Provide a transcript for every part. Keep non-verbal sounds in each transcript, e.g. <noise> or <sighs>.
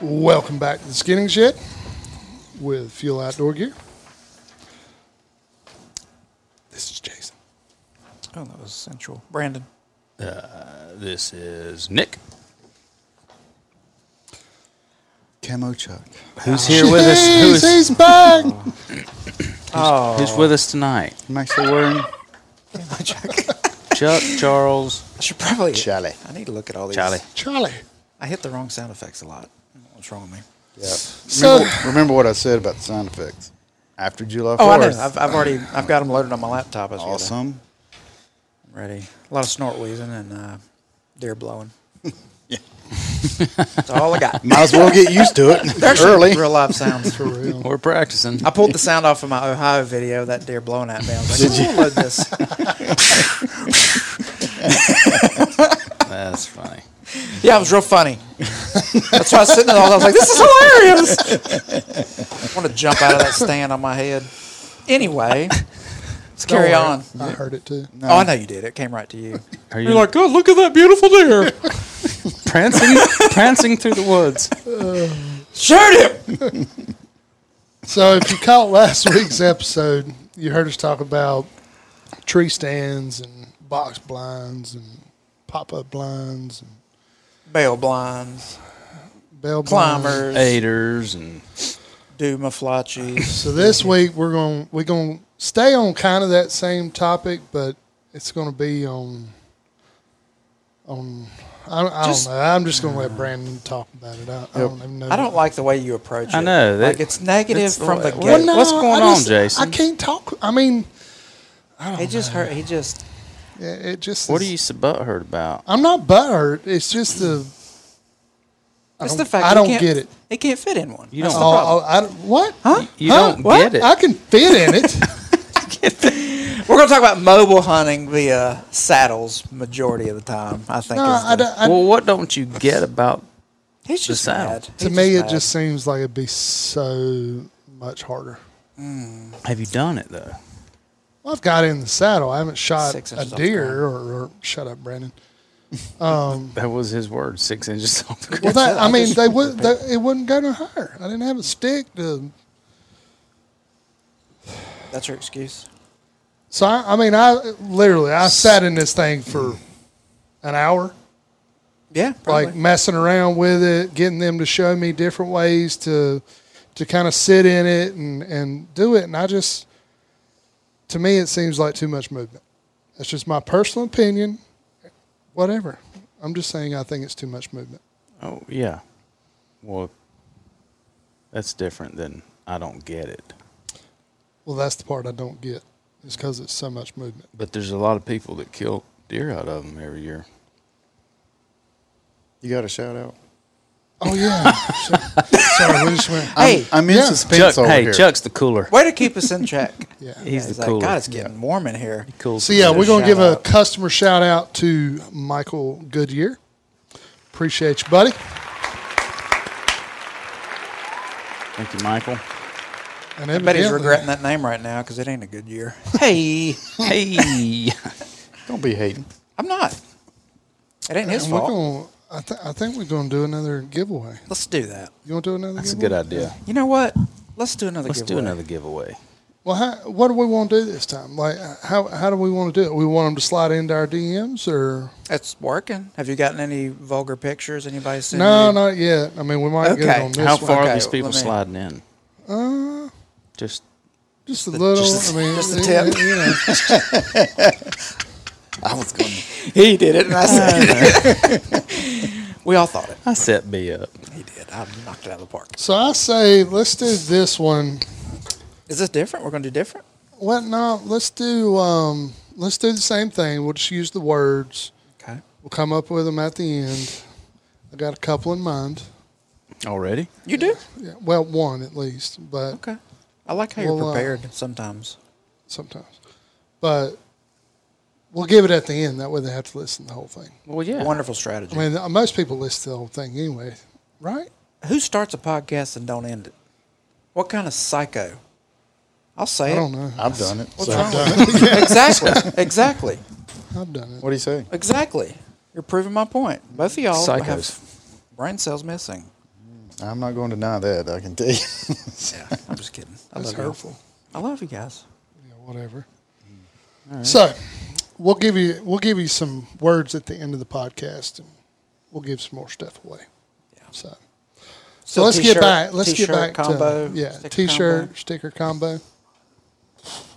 Welcome back to the Skinning Shed with Fuel Outdoor Gear. This is Jason. Oh, that was sensual. Brandon. This is Nick. Camo Chuck. Who's here with us? Who He's, is, he's back. Oh, <laughs> who's with us tonight? I'm actually wearing Chuck, Charles, I should probably. Charlie. I need to look at all these. Charlie. Charlie. I hit the wrong sound effects a lot. I don't know What's wrong with me? So, remember, remember what I said about the sound effects. After July 4th. Oh, I know. I've, I've already. I've got them loaded on my laptop. As we get it. awesome. Ready. A lot of snort wheezing and uh, deer blowing. That's all I <laughs> got. Might as well get used to it Actually, early. Real live sounds. for real. We're practicing. I pulled the sound off of my Ohio video. That deer blowing at me. I was like, Did you? load this. That's funny. Yeah, it was real funny. That's why I was sitting there. I was like, this is hilarious. I want to jump out of that stand on my head. Anyway, let's Don't carry worry, on. I heard it too. Oh, I know you did. It came right to you. Are You're like, oh, look at that beautiful deer. <laughs> prancing, prancing through the woods? Shoot him. So, if you caught last <laughs> week's episode, you heard us talk about tree stands and box blinds and pop up blinds and Bail blinds, bell blinds. climbers, Aiders and do maflachis. So this week we're going we're going to stay on kind of that same topic, but it's going to be on on I, don't- I Just- Uh. don't know. I'm just going to let Brandon talk about it. I, I don't even know. I don't like the way you approach it. I know, that- like it's negative it's- from the well, get. Well, no, What's going I on, just- Jason? I can't talk. I mean, He just hurt. He just. it- it just. what are is- you so butthurt about? I'm not butthurt. It's just the. I It's don't, the fact. I he don't can't- get it. He can't fit in one. You That's don't- the Oh, problem. oh, I don't- what? You Huh? don't What? get it. I can fit <laughs> in it. We're going to talk about mobile hunting via saddles majority of the time. I think. no, is I, the- don't- I- well, what don't you get about? He's just saddle. mad. to He's me, it mad. just seems like it'd be so much harder. Have you done it though? Well, I've got in the saddle. I haven't shot Six a inches off deer or, or shut up, Brandon. That was his word. Six inches <laughs> off the Well, ground. that it. I I mean, just they would not it wouldn't go no higher. I didn't have a stick to. That's your excuse. So I, I mean, I literally I sat in this thing for an hour, Yeah, probably. like messing around with it, getting them to show me different ways to to kind of sit in it and and do it. And I just, to me, it seems like too much movement. That's just my personal opinion. Whatever. I'm just saying, I think it's too much movement. oh yeah. Well, that's different than I don't get it. Well, that's the part I don't get. It's because it's so much movement. But there's a lot of people that kill deer out of them every year. You got a shout out. Oh yeah. <laughs> So- Sorry, we just went. Hey, I'm in Yeah. suspense Chuck, over hey, here. Chuck's the cooler. way to keep <laughs> us in check. Yeah. He's He's the like, cooler. God, it's getting warm in here. cool. So yeah, we're gonna Shout give a out. customer shout out to Michael Goodyear. Appreciate you, buddy. Thank you, Michael. And I bet he's evidently- regretting that name right now because it ain't a <laughs> good year. Hey, Hey, <laughs> Don't be hating. I'm not. It ain't his And we're fault. gonna, I, th- I think we're gonna do another giveaway. Let's do that. You want to do another? that's a giveaway? good idea. You know what? Let's do another. Let's do giveaway. another giveaway. Well, how, what do we want to do this time? Like, uh, how how do we want to do it? We want them to slide into our DMs, or It's working. Have you gotten any vulgar pictures? Anybody seen? no, <laughs> you? not yet. I mean, we might get it Okay. on this How one. far okay, are these people let me- sliding in? Uh, Just just a little. just- I mean, just a it- tip. it- you know. <laughs> I was going He did it, and I said it. <laughs> we all thought it. I set B up. He did. I knocked it out of the park. So I say let's do this one. Is this different? We're going to do different. What no, let's do um let's do the same thing. We'll just use the words. Okay. We'll come up with them at the end. I got a couple in mind. Already? You do. Yeah, well, one at least, but Okay. I like how Well, you're uh, prepared sometimes. sometimes. But we'll give it at the end. That way they have to listen to the whole thing. Well, yeah. Wonderful strategy. I mean, th- most people listen to the whole thing anyway, right? Who starts a podcast and don't end it? What kind of psycho? I'll say I it. don't know. I've done it. What's so- wrong <laughs> with it? Exactly. Exactly. I've done it. What do you say? Exactly. You're proving my point. Both of y'all Psychos. have brain cells missing. I'm not going to deny that. I can tell you. <laughs> Yeah, I'm just kidding. <laughs> I That's love you. hurtful. I love you guys. Yeah, whatever. Mm-hmm. So, we'll give you we'll give you some words at the end of the podcast, and we'll give some more stuff away. Yeah. So, so Still let's get t-shirt- back. Let's get back t-shirt combo, to yeah, sticker t-shirt combo. sticker combo.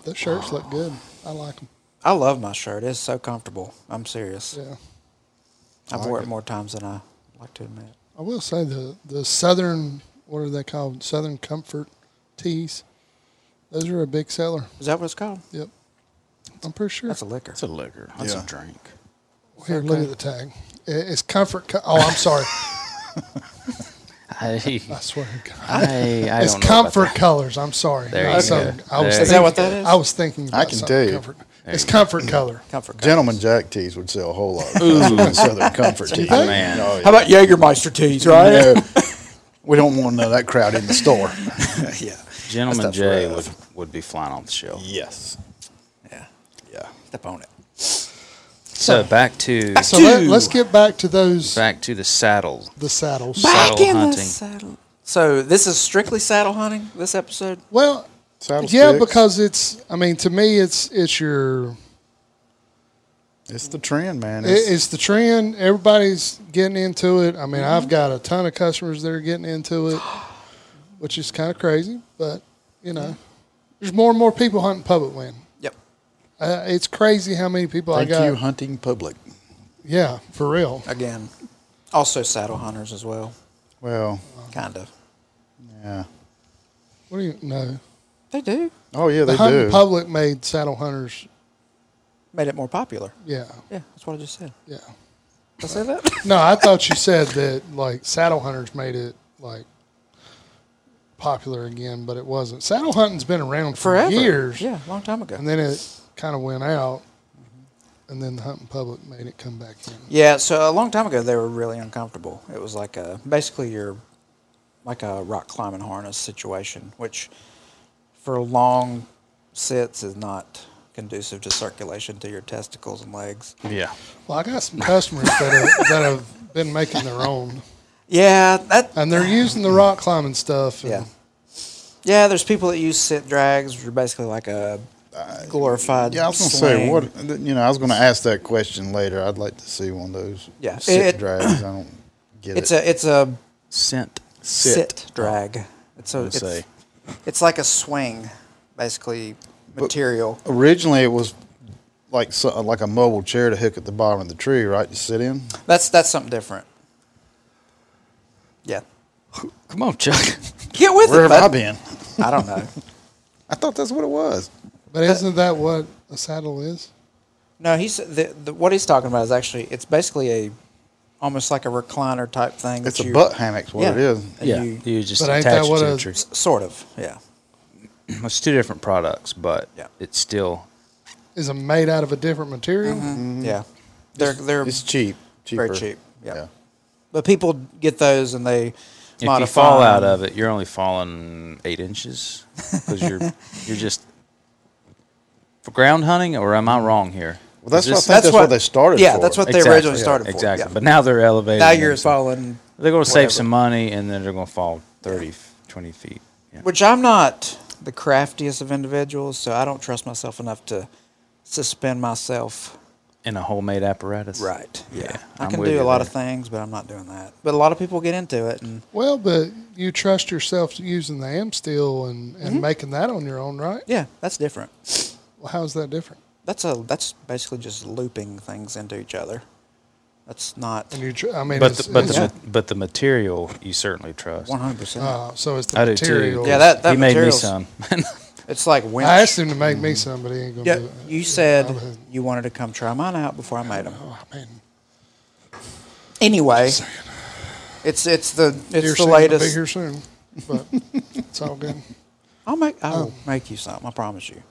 Those shirts look good. I like them. I love my shirt. It's so comfortable. I'm serious. Yeah, I've worn it more times than I like to admit. I will say the the southern what are they called? Southern Comfort tees. Those are a big seller. Is that what it's called? Yep, I'm pretty sure. That's a liquor. That's a liquor. That's Yeah. a drink. Here, look at the tag. I- It's Comfort. Co- oh, I'm sorry. <laughs> I, I swear to God. I, I it's don't know about comfort that. colors. I'm sorry. There I you so- go. I was There Is that thinking- what that is? I was thinking. About I can something tell you. Comfort. It's Mm. comfort color. Comfort. Coke. Gentleman Jack tees would sell a whole lot. Ooh, Southern Comfort tees. Man. Oh, yeah. How about Jägermeister teas, right? No, we don't want none of that crowd in the store. yeah. Gentleman That's J rough. would, would be flying off the shelf. yes. Yeah. Yeah. Step on it. So back to So let, let's get back to those back to the saddle. the saddles. Saddle hunting. saddle. So this is strictly saddle hunting. This episode. Well, Saddle yeah, sticks. because it's. I mean, to me, it's it's your It's the trend, man. it- It's, it's the trend. Everybody's getting into it. I mean, Mm-hmm. I've got a ton of customers that are getting into it, <gasps> which is kind of crazy. But you know, there's more and more people hunting public land. Yep. Uh, it's crazy how many people thank I got. you, hunting public. Yeah, for real. Again, also saddle hunters as well. Well, Kind of. yeah. What do you know? They do. Oh yeah, The they hunting do. public made saddle hunters. Made it more popular. Yeah, Yeah, that's what I just said. yeah. Did I say that? <laughs> No, I thought you said that like saddle hunters made it like popular again, but it wasn't. Saddle hunting's been around for Forever. years, Yeah, long time ago. and then it kind of went out, and then the hunting public made it come back in. Yeah, so a long time ago they were really uncomfortable. It was like a basically your like a rock climbing harness situation, which for long sits is not conducive to circulation to your testicles and legs. Yeah. Well, I got some customers that have, that have been making their own, Yeah, that and they're using the rock climbing stuff. And, yeah. Yeah, there's people that use sit drags, which are basically like a glorified Uh, Yeah, I was gonna say sling. what you know. I was gonna ask that question later. I'd like to see one of those. Yeah, sit it- drags. I don't get It's it. a it's a Scent. sit, drag. It's a gonna it's, say. it's like a swing basically material. Originally, it was like so, like a mobile chair to hook at the bottom of the tree, right? To sit in. That's that's something different. Yeah. Come on, Chuck. Get with Where it, have I bud. been? I don't know. I thought that's what it was. But isn't that what a saddle is? No, he's the, the what he's talking about is actually it's basically a almost like a recliner type thing. that It's a you- butt hammock's what yeah, it is. and yeah. you- You, just But ain't attach that it what to a- a tree. s- sort of. Yeah. It's two different products, but Yeah. it's still Is it made out of a different material? Yeah. They're they're Mm-hmm. It's cheap. Cheaper. very cheap. Yeah. Yeah. But people get those and they if you modify fall out them. of it, you're only falling eight inches <laughs> because you're you're just for ground hunting, or am I Mm-hmm. wrong here? Well, that's Is what I think that's what they started Yeah, for. that's what they Exactly, originally yeah, started for. Exactly, yeah. but now they're elevated. now you're falling They're going to whatever. save some money, and then they're going to fall 30, 20 feet. Yeah. which I'm not the craftiest of individuals, so I don't trust myself enough to suspend myself. in a homemade apparatus. Yeah. I I'm can with do a you lot there. of things, but I'm not doing that. But a lot of people get into it, and Well, but you trust yourself to using the am steel and, Mm-hmm. and making that on your own, right? yeah, that's different. Well, how's that different? That's a that's basically just looping things into each other. That's not And you, tr- I mean, But it's, the, but the it's- Yeah. ma- but the material you certainly trust. 100. percent uh, so it's the I do material. too. Yeah, that- he made me material's- some. <laughs> It's like winch. I asked him to make me some, but he ain't gonna Yeah, do it. you said I was- you wanted to come try mine out before I made them. Oh, man. Anyway, it's it's the Deer it's the season will Be latest. here soon, but it's all good. I'll make I will make you something. I promise you.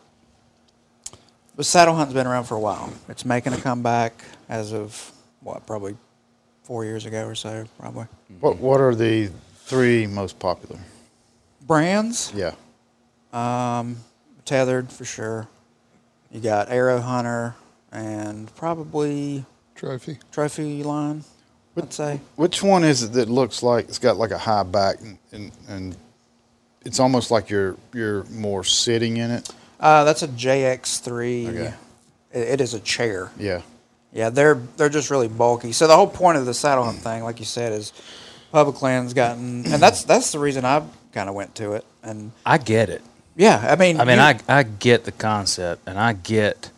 But saddle hunting's been around for a while. It's making a comeback as of what probably four years ago or so, probably. What What are the three most popular? Brands, Yeah. um, tethered for sure. You got Arrow Hunter and probably Trophy. Trophy Line. I'd say. Which one is it that looks like it's got like a high back and and, and it's almost like you're you're more sitting in it? Uh, that's a JX3. Okay. It, it is a chair. Yeah. Yeah, they're they're just really bulky. So the whole point of the saddle Mm. hunt thing, like you said, is public land's gotten, and that's that's the reason I kind of went to it. And I get it. yeah, I mean, I mean, you- I, I get the concept and I get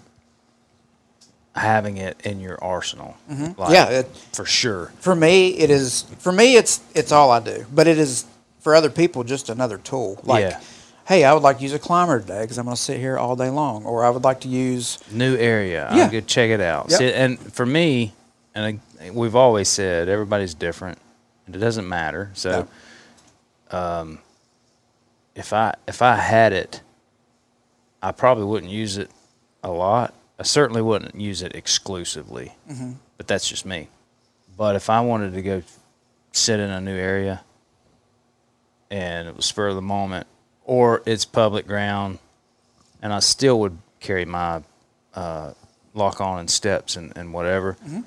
having it in your arsenal. Like, Mm-hmm. Yeah, it- for sure. for me it is for me it's it's all I do, but it is for other people just another tool. Like, Yeah. hey, I would like to use a climber today because I'm going to sit here all day long, or I would like to use New area. Yeah. I'm good. Check it out. Yep. See, and for me, and I, we've always said everybody's different, and it doesn't matter. So, No. um, if I if I had it, I probably wouldn't use it a lot. I certainly wouldn't use it exclusively. Mm-hmm. But that's just me. But if I wanted to go sit in a new area, and it was spur of the moment, or it's public ground, and I still would carry my uh, lock on and steps and, and whatever. Mm-hmm.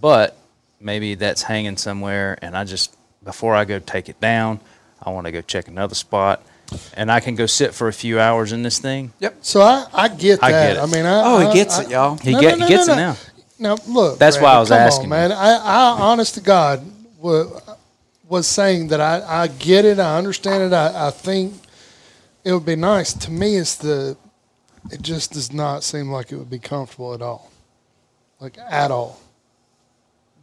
But maybe that's hanging somewhere, and I just, before I go take it down, I want to go check another spot, and I can go sit for a few hours in this thing. yep. So I, I get that. I I, get it. mean, I, Oh, he I- gets Uh, I- it, y'all. He, No, get, no, no, he gets no, it no. now. Now look, That's why I Randy, was come on, asking you. man. I, I, honest to God, was, was saying that I, I get it, I understand it, I, I think it would be nice. To me, it's the, it just does not seem like it would be comfortable at all, like at all.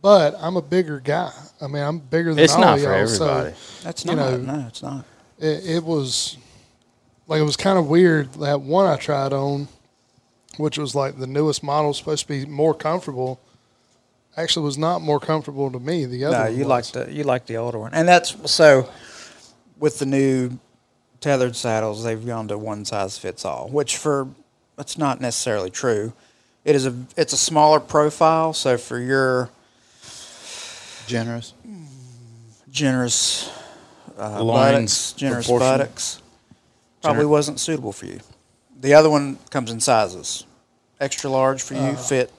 But I'm a bigger guy. I mean, I'm bigger than It's all not Oh, y'all. for So everybody. That's You not. know- no, it's not. it, it was like it was kind of weird that one I tried on, which was like the newest model supposed to be more comfortable. Actually, was not more comfortable to me. The other No, one you was. like the you like the older one, and that's so. With the new tethered saddles, they've gone to one size fits all, which for that's not necessarily true. It is a it's a smaller profile, so for your Generous. generous uh, Loins buttocks, generous proportion. buttocks, probably wasn't suitable for you. The other one comes in sizes, extra large for you, Uh-huh. fit.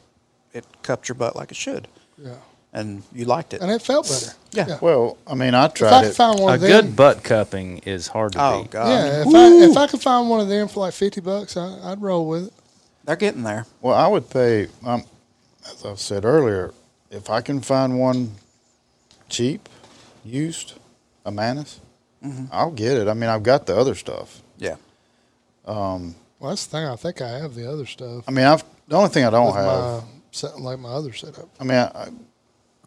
It cupped your butt like it should, yeah, and you liked it. and it felt better. Yeah. Well, I mean, I If I tried could it. find one A of them, good butt cupping is hard to oh beat. god, yeah, if I, if I could find one of them for like fifty bucks, I, I'd roll with it. they're getting there. Well, I would pay. Um, as I said earlier, if I can find one cheap, used, a Manus, Mm-hmm. I'll get it. I mean, I've got the other stuff. Yeah. Well, that's the thing. I think I have the other stuff. I mean, I've the only thing I don't with have. my set- like my other setup. I mean, I,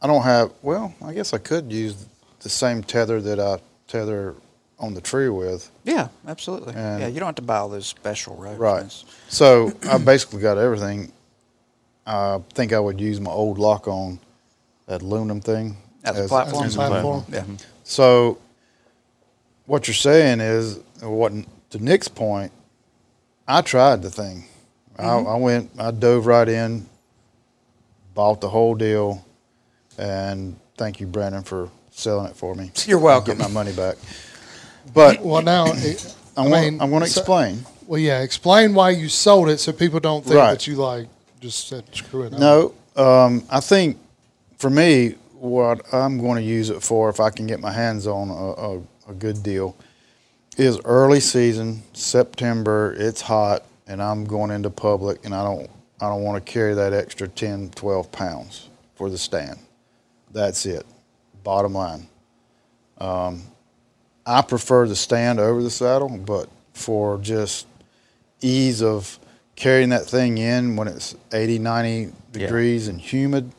I don't have. Well, I guess I could use the same tether that I tether on the tree with. Yeah, absolutely. And- yeah, you don't have to buy all those special road Right. ones. So I basically got everything. I think I would use my old lock on that aluminum thing As a platform? That's As a platform. Yeah. So what you're saying is, or what to Nick's point, I tried the thing. I, I went, I dove right in, bought the whole deal, and thank you, Brandon, for selling it for me. You're welcome. Get my money back. But Well, now it, <coughs> I, want, mean, I want to so- explain. Well, yeah. Explain why you sold it so people don't think Right. that you like just said screw it. I'm No, um, I think for me, what I'm going to use it for, if I can get my hands on a, a, a good deal, is early season September. It's hot, and I'm going into public, and I don't I don't want to carry that extra 10, 12 pounds for the stand. That's it. Bottom line, um, I prefer the stand over the saddle, but for just ease of carrying that thing in when it's 80, 90 degrees and humid,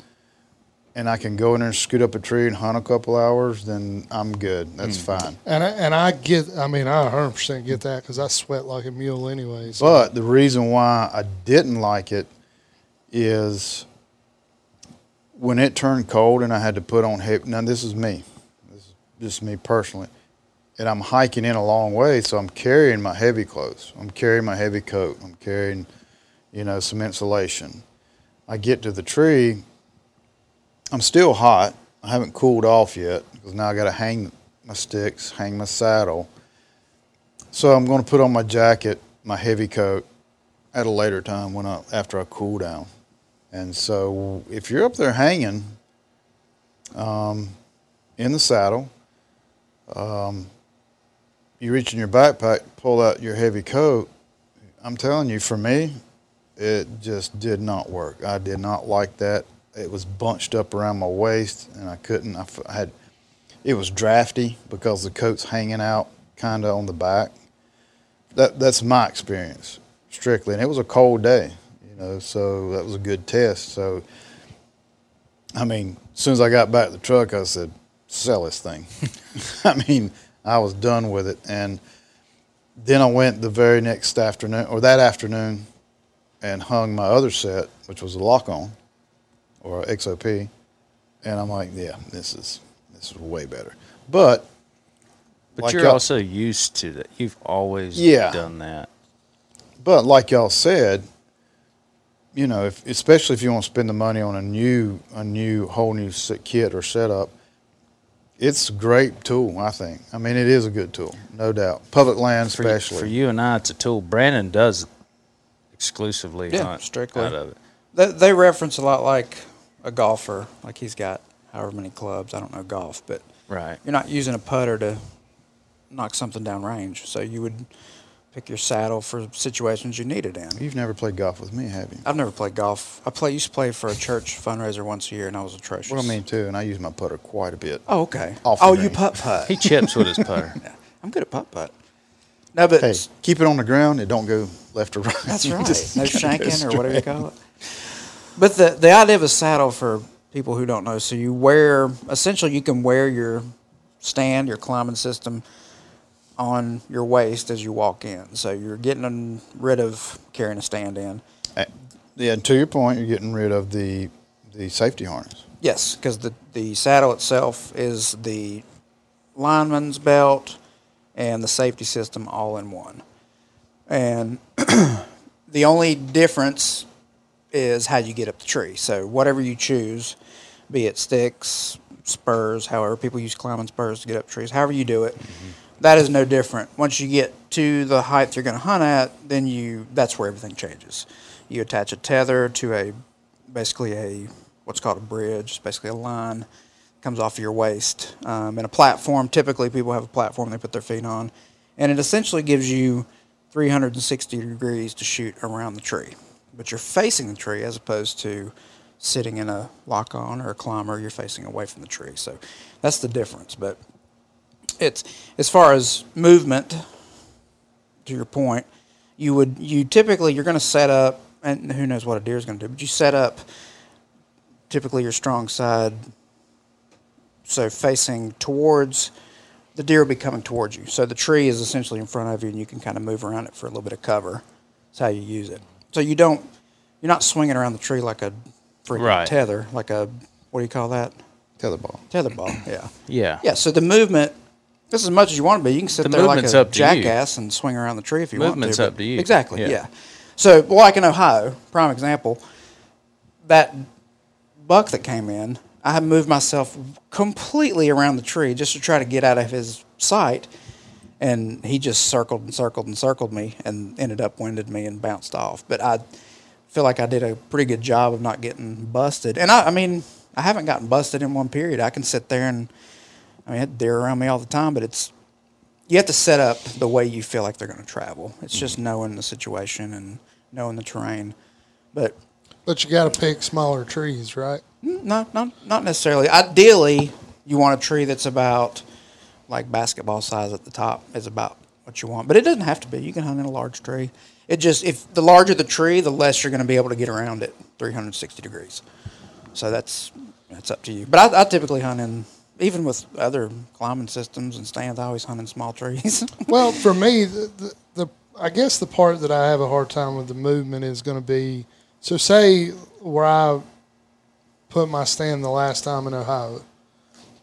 and I can go in there and scoot up a tree and hunt a couple hours, then I'm good. That's fine. And I, and I get, I mean, I 100% get that because I sweat like a mule anyways. But the reason why I didn't like it is when it turned cold and I had to put on heavy. Now this is me, this is just me personally, and I'm hiking in a long way, so I'm carrying my heavy clothes. I'm carrying my heavy coat. I'm carrying, you know, some insulation. I get to the tree. I'm still hot. I haven't cooled off yet because now I got to hang my sticks, hang my saddle. So I'm going to put on my jacket, my heavy coat, at a later time when I after I cool down. And so if you're up there hanging, um, in the saddle. Um, you reach in your backpack, pull out your heavy coat. I'm telling you, for me, it just did not work. I did not like that. It was bunched up around my waist, and I couldn't. I, f- I had it was drafty because the coat's hanging out kind of on the back. That that's my experience strictly, and it was a cold day, you know. So that was a good test. So I mean, as soon as I got back to the truck, I said, "Sell this thing." <laughs> I mean, I was done with it, and then I went the very next afternoon or that afternoon and hung my other set, which was a lock on or a XOP, and I'm like, "Yeah, this is this is way better." But But Like you're y'all- also used to that. You've always Yeah. done that. But like y'all said, you know, if, especially if you want to spend the money on a new, a new whole new set, kit or setup, it's a great tool. I think. I mean, it is a good tool, no doubt. Public land, For, you, especially. for you and I, it's a tool. Brandon does exclusively Yeah, hunt strictly. out of it. They, they reference a lot like a golfer, like he's got however many clubs. I don't know golf, but Right. you're not using a putter to knock something down range. So you would pick your saddle for situations you need it in. have never played golf with me, have you? I've never played golf. I play used to play for a church fundraiser once a year, and I was atrocious. Well, I mean too, and I use my putter quite a bit. Oh, okay. Off the oh, you green. putt putt. He chips with his <laughs> putter. I'm good at putt putt. No, but Hey, keep it on the ground. It don't go left or right. That's <laughs> You right. just no gotta go shanking or whatever you straight. call it. But the the idea of a saddle for people who don't know, so you wear essentially you can wear your stand, your climbing system on your waist as you walk in. So you're getting rid of carrying a stand in. Uh, Yeah, and to your point, you're getting rid of the the safety harness. Yes, because the the saddle itself is the lineman's belt and the safety system all in one. And <clears throat> the only difference is how you get up the tree. So whatever you choose, be it sticks, spurs, however people use climbing spurs to get up trees, however you do it, that is no different. Once you get to the height you're going to hunt at, then you that's where everything changes. You attach a tether to a basically a what's called a bridge, it's basically a line comes off of your waist, um, and a platform. Typically, people have a platform they put their feet on, and it essentially gives you 360 degrees to shoot around the tree. But you're facing the tree as opposed to sitting in a lock on or a climber, you're facing away from the tree. So that's the difference. But it's as far as movement, to your point, you would you typically you're going to set up, and who knows what a deer is going to do, but you set up typically your strong side, so facing towards the deer will be coming towards you. So the tree is essentially in front of you, and you can kind of move around it for a little bit of cover. That's how you use it. So you don't you're not swinging around the tree like a freaking Right. tether, like a what do you call that? Tether ball. Tether ball, yeah. Yeah. Yeah, so the movement, just as much as you want to be, you can sit The there like movement's a up to you. jackass and swing around the tree if you Movement's want to. up but- to you. Exactly, Yeah. yeah. So, like in Ohio, prime example, that buck that came in, I had moved myself completely around the tree just to try to get out of his sight. And he just circled and circled and circled me and ended up winded me and bounced off. But I feel like I did a pretty good job of not getting busted. And I, I mean, I haven't gotten busted in one period. I can sit there and, I mean, they're around me all the time, but it's, you have to set up the way you feel like they're going to travel. It's just knowing the situation and knowing the terrain. But But you got to pick smaller trees, right? no, not not necessarily. Ideally, you want a tree that's about like basketball size at the top is about what you want, but it doesn't have to be. You can hunt in a large tree. It just if the larger the tree, the less you're going to be able to get around it 360 degrees. So that's that's up to you. But I, I typically hunt in even with other climbing systems and stands. I always hunt in small trees. <laughs> Well, for me, the, the, the I guess the part that I have a hard time with the movement is going to be so say where I put my stand the last time in Ohio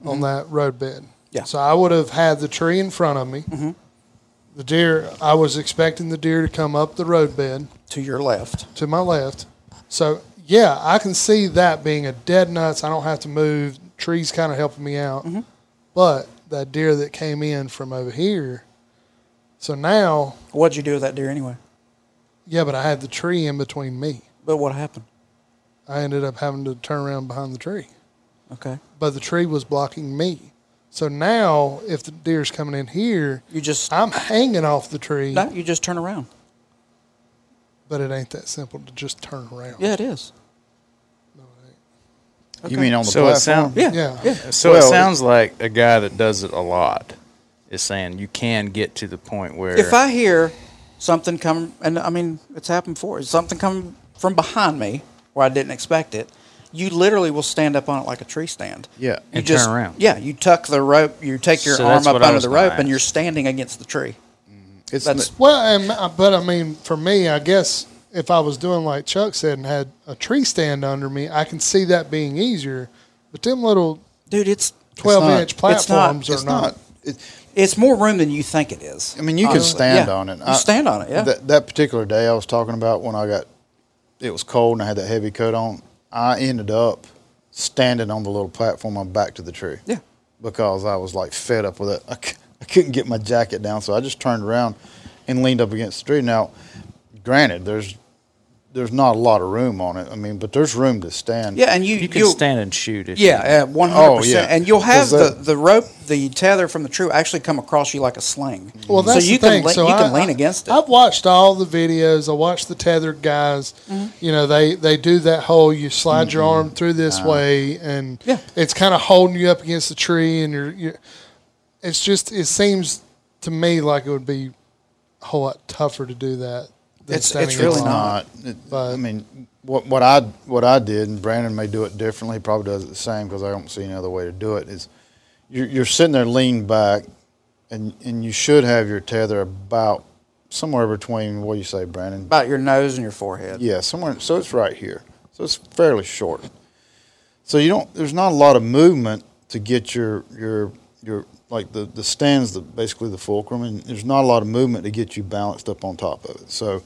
on that roadbed. Yeah. So I would have had the tree in front of me. The deer, I was expecting the deer to come up the roadbed to your left, to my left. So yeah, I can see that being a dead nuts. I don't have to move. Trees kind of helping me out. But that deer that came in from over here. So now, what'd you do with that deer anyway? yeah, but I had the tree in between me. But what happened? I ended up having to turn around behind the tree. Okay. but the tree was blocking me. So now, if the deer's coming in here, You just I'm hanging off the tree, no. You just turn around. but it ain't that simple to just turn around. Yeah, it is. You mean on the So it platform? sound- Yeah. Yeah. So it Well, it- sounds like a guy that does it a lot is saying you can get to the point where If I hear something come, and I mean it's happened before, something coming from behind me where I didn't expect it, you literally will stand up on it like a tree stand. Yeah. You And turn around. Yeah, you tuck the rope, you take your So arm that's up what I under was the gonna rope, and ask. you're standing against the tree. It's That's- n- Well, and, uh, but I mean, for me, I guess if I was doing like Chuck said and had a tree stand under me, I can see that being easier. But them little Dude, it's 12 not- inch it's not- platforms it's are not. not. It, it's more room than you think it is. I mean, you can Honestly. stand Yeah. on it. You I- stand on it, yeah. That, that particular day I was talking about when I got, it was cold and I had that heavy coat on. I ended up standing on the little platform. I'm back to the tree. Yeah. Because I was like fed up with it. I, c- I couldn't get my jacket down, so I just turned around and leaned up against the tree. Now, granted, there's there's not a lot of room on it. I mean, but there's room to stand. yeah, and you you can you'll- stand and shoot it. Yeah, one hundred Oh, yeah. percent. And you'll have Is that- the, the rope, the tether from the tree will actually come across you like a sling. Well, that's so you the can thing. le- so you I, can lean I- against it. I've watched all the videos. I watched the tethered guys. Mm-hmm. You know, they they do that whole you slide your arm through this way, and Uh-huh. Yeah. it's kind of holding you up against the tree, and you're, you're. It's just it seems to me like it would be a whole lot tougher to do that. than It's- standing it's in really line. not. It- But- I mean, what what I what I did, and Brandon may do it differently. Probably does it the same because I don't see any other way to do it. Is you're, you're sitting there leaned back, and and you should have your tether about somewhere between what do you say, Brandon? about your nose and your forehead. Yeah, somewhere. So it's right here. So it's fairly short. So you don't. There's not a lot of movement to get your your your like the the stands the basically the fulcrum, and there's not a lot of movement to get you balanced up on top of it. So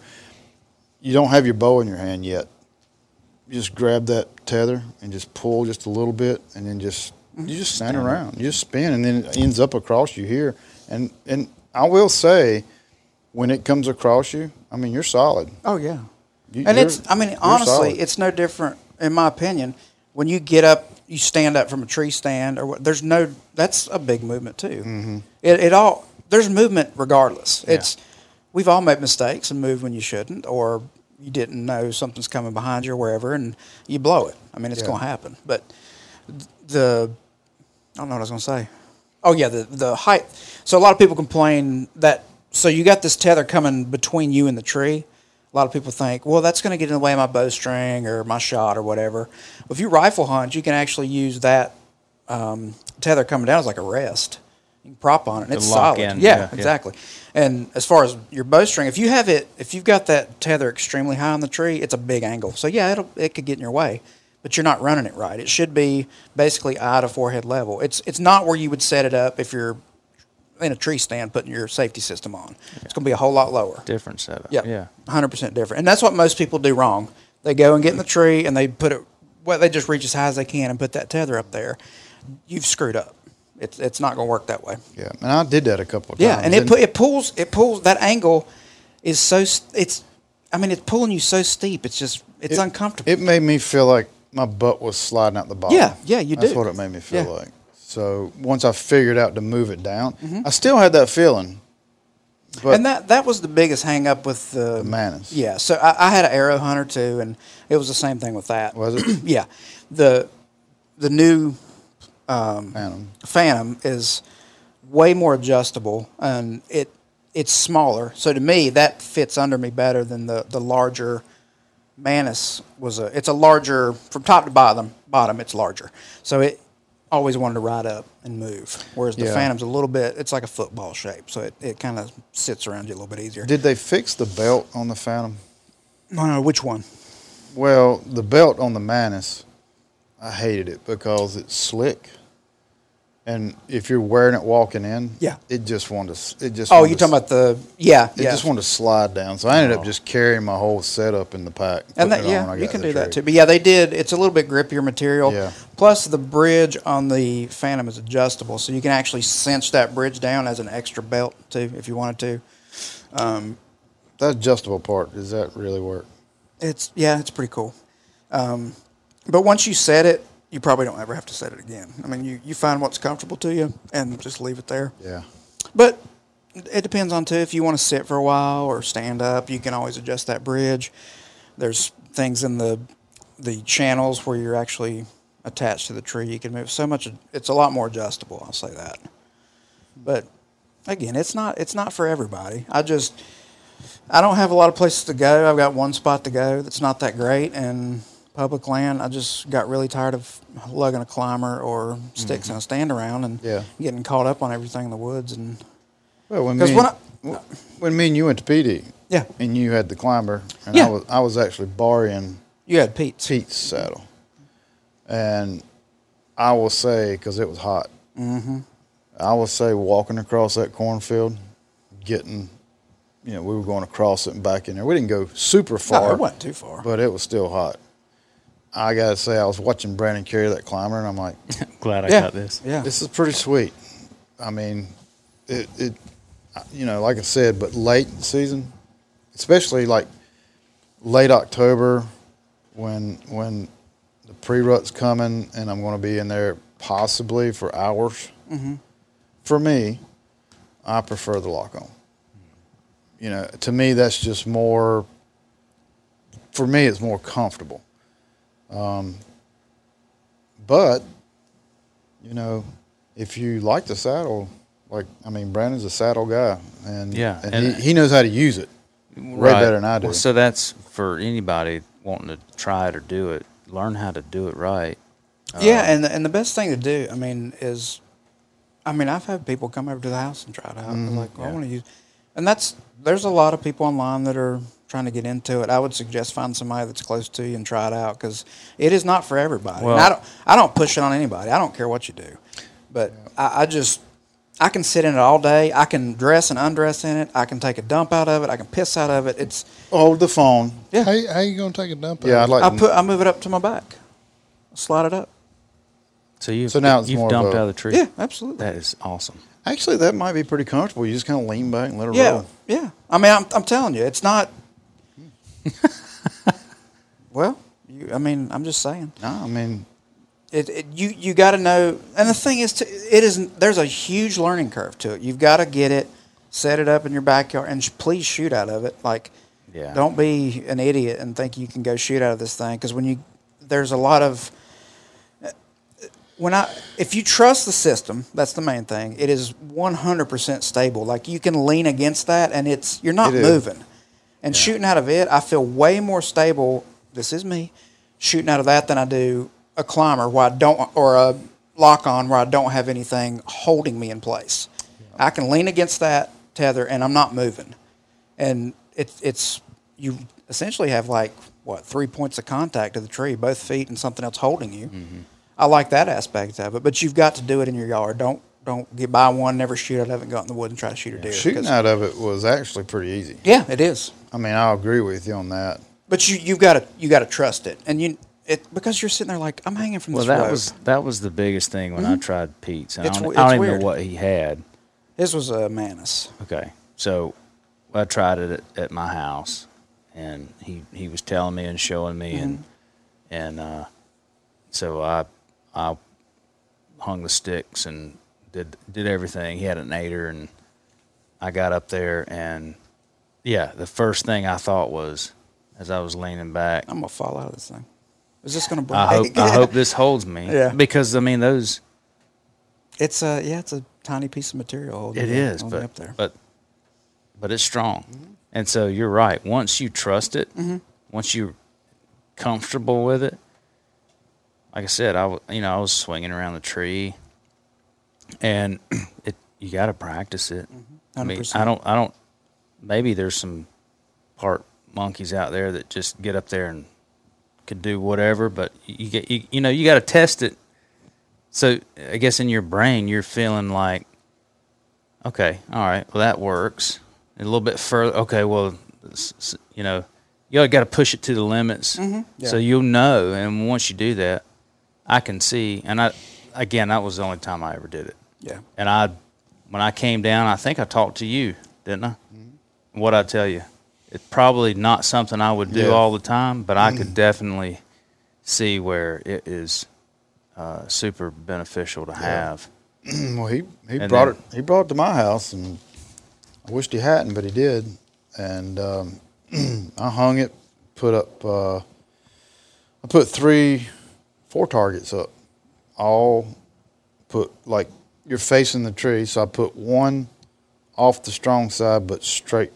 you don't have your bow in your hand yet. You just grab that tether and just pull just a little bit, and then just you just stand around, you just spin, and then it ends up across you here. And and I will say, when it comes across you, I mean you're solid. Oh yeah. You- and it's you're- I mean you're solid. honestly, it's no different in my opinion. When you get up, you stand up from a tree stand or what, there's no that's a big movement too. Mm-hmm. It it all there's movement regardless. It's we've all made mistakes and moved when you shouldn't or you didn't know something's coming behind you or wherever and you blow it. I mean it's Yeah. going to happen. But the I don't know what I was going to say. Oh yeah, the the height. So a lot of people complain that. So you got this tether coming between you and the tree. A lot of people think, well, that's going to get in the way of my bowstring or my shot or whatever. If you rifle hunt, you can actually use that um, tether coming down as like a rest. You can prop on it. And it's lock solid. in, Yeah, yeah, yeah. exactly. And as far as your bowstring, if you have it, if you've got that tether extremely high on the tree, it's a big angle. So yeah, it'll it could get in your way, but you're not running it right. It should be basically eye to forehead level. It's it's not where you would set it up if you're in a tree stand putting your safety system on. It's going to be a whole lot lower. different setup. Yeah, Yeah. hundred percent different. And that's what most people do wrong. They go and get in the tree and they put it. Well, they just reach as high as they can and put that tether up there. You've screwed up. It's it's not going to work that way. Yeah, and I did that a couple of Yeah, times. and it pu- it pulls it pulls that angle is so s- it's. I mean, it's pulling you so steep. It's just it's it- uncomfortable. It made me feel like my butt was sliding out the bottom. Yeah, yeah, you That's do. what it made me feel Yeah. like. So once I figured out to move it down, I still had that feeling. But Mm-hmm. and that that was the biggest hang up with the, Manus. Yeah, so I, I had an arrow hunter too, and it was the same thing with that. Was <clears throat> it? yeah, the the new Phantom. Phantom is way more adjustable and it it's smaller. So to me, that fits under me better than the the larger Manus was a. It's a larger from top to bottom. Bottom, it's larger. So it always wanted to ride up and move. Whereas the Yeah. Phantom's a little bit. It's like a football shape. So it, it kind of sits around you a little bit easier. Did they fix the belt on the Phantom? Uh, which one? Well, the belt on the Manus, I hated it because it's slick. And if you're wearing it walking in, Yeah. it just wanted to. s- It just. Oh, wanted you're to s- talking about the yeah It yeah. just wanted to slide down, so I ended up just carrying my whole setup in the pack. Oh. putting And that, it on yeah, when I you got can to do the that tree. too. But yeah, they did. It's a little bit grippier material. Yeah. Plus, the bridge on the Phantom is adjustable, so you can actually cinch that bridge down as an extra belt too, if you wanted to. That adjustable part does that really work? It's yeah, it's pretty cool. Um, but once you set it, you probably don't ever have to set it again. I mean, you, you find what's comfortable to you and just leave it there. Yeah. But it depends on too if you want to sit for a while or stand up. You can always adjust that bridge. There's things in the the channels where you're actually attached to the tree. You can move so much. It's a lot more adjustable. I'll say that. But again, it's not it's not for everybody. I just I don't have a lot of places to go. I've got one spot to go that's not that great and public land. I just got really tired of lugging a climber or sticks and a stand around and Yeah. getting caught up on everything in the woods and Well, when 'Cause me, when and- w- when me and you went to PD, Yeah. and you had the climber, and Yeah. I was I was actually borrowing You had Pete's. Pete's saddle, and I will say because it was hot, mm-hmm. I will say walking across that cornfield, getting, you know, we were going across it and back in there. We didn't go super far, No, it wasn't too far. but it was still hot. I gotta say, I was watching Brandon carry that climber, and I'm like, Glad I yeah. got this. Yeah. This is pretty sweet. I mean, it, it, you know, like I said, but late season, especially like late October, when when the pre rut's coming, and I'm going to be in there possibly for hours. For me, I prefer the lock on. You know, to me, that's just more. For me, it's more comfortable. Um, but you know, if you like the saddle, like I mean, Brandon's a saddle guy, and Yeah, and, and- he, he knows how to use it way Right. better than I do. Well, so that's for anybody wanting to try it or do it. Learn how to do it right. yeah, and the, and the best thing to do, I mean, is, I mean, I've had people come over to the house and try it out. They're like, well, I want to use, and that's there's a lot of people online that are trying to get into it. I would suggest find somebody that's close to you and try it out because it is not for everybody. And I Well- don't I don't push it on anybody. I don't care what you do, but I, I just. I can sit in it all day. I can dress and undress in it. I can take a dump out of it. I can piss out of it. It's Hold the phone. Yeah. How, how you gonna take a dump? out Yeah, of I'd it? like. I put I move it up to my back, slide it up. So you So now it's you've more of dumped a- out of the tree. Yeah, absolutely. That is awesome. actually, that might be pretty comfortable. You just kind of lean back and let it Yeah, roll. yeah. I mean, I'm, I'm telling you, it's not. well, you, I mean, I'm just saying. No, I mean, It, it you you got to know, and the thing is, to, it is there's a huge learning curve to it. You've got to get it, set it up in your backyard, and sh- please shoot out of it. Like, Yeah. don't be an idiot and think you can go shoot out of this thing because when you there's a lot of when I if you trust the system, that's the main thing. It is 100% stable. Like you can lean against that and it's you're not It is. moving. And shooting out of it, I feel way more stable. This is me shooting out of that than I do a climber where I don't or a lock on where I don't have anything holding me in place. I can lean against that tether and I'm not moving. And it's it's you essentially have like what three points of contact to the tree, both feet and something else holding you. Mm-hmm. I like that aspect of it, but you've got to do it in your yard. Don't don't get by one, never shoot out of it, and go out in the wood and try to shoot a deer. shooting 'cause- out of it was actually pretty easy. yeah, it is. I mean, I agree with you on that. <clears throat> But you you've got to you got to trust it, and you it because you're sitting there like I'm hanging from Well, this that rope. was that was the biggest thing when I tried Pete's, and Mm-hmm. It's I w- don't, I it's don't even weird. know what he had. this was a manus. Okay, So I tried it at, at my house, and he, he was telling me and showing me, and and uh, so I I hung the sticks and did did everything. He had an aider, and I got up there, and yeah, the first thing I thought was as I was leaning back, I'm gonna fall out of this thing. Is this gonna break? I hope I <laughs> hope this holds me, Oh Yeah. because I mean those it's a yeah, it's a tiny piece of material. holding It it is, holding but up there. but but it's strong. And so you're right. Once you trust it, Mm-hmm. once you're comfortable with it, like I said, I wa- you know I was swinging around the tree, and <clears throat> it you got to practice Mm-hmm. it. I mean, 100%. I don't I don't. Maybe there's some part monkeys out there that just get up there and could do whatever, but you get you, you know you got to test it. So I guess in your brain you're feeling like Okay. All right. Well, that works. A little bit further. Okay. Well, s- s- you know, you got to push it to the limits. So you'll know. And once you do that, I can see. And I, again, that was the only time I ever did it. yeah, And I, when I came down, I think I talked to you, didn't I? Mm-hmm. What I tell you, it's probably not something I would do Yeah. Mm-hmm. all the time, but I could definitely see where it is uh, super beneficial to have. well, he, he And brought then- it. He brought it to my house, and I wished he hadn't, but he did. And um, <clears throat> I hung it, put up. Uh, I put three, four targets up. All put like you're facing the tree, so I put one off the strong side, but straight,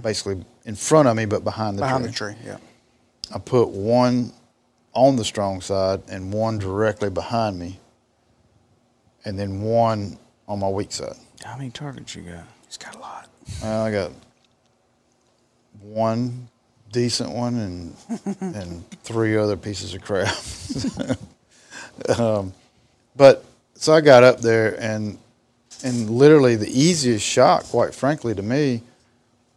basically in front of me, but behind the behind tree. the tree. Yeah. I put one on the strong side and one directly behind me, and then one on my weak side. How many targets you got? He's got a lot. Uh, I got one decent one and and three other pieces of crap. <laughs> um, but so I got up there and and literally the easiest shot, quite frankly, to me,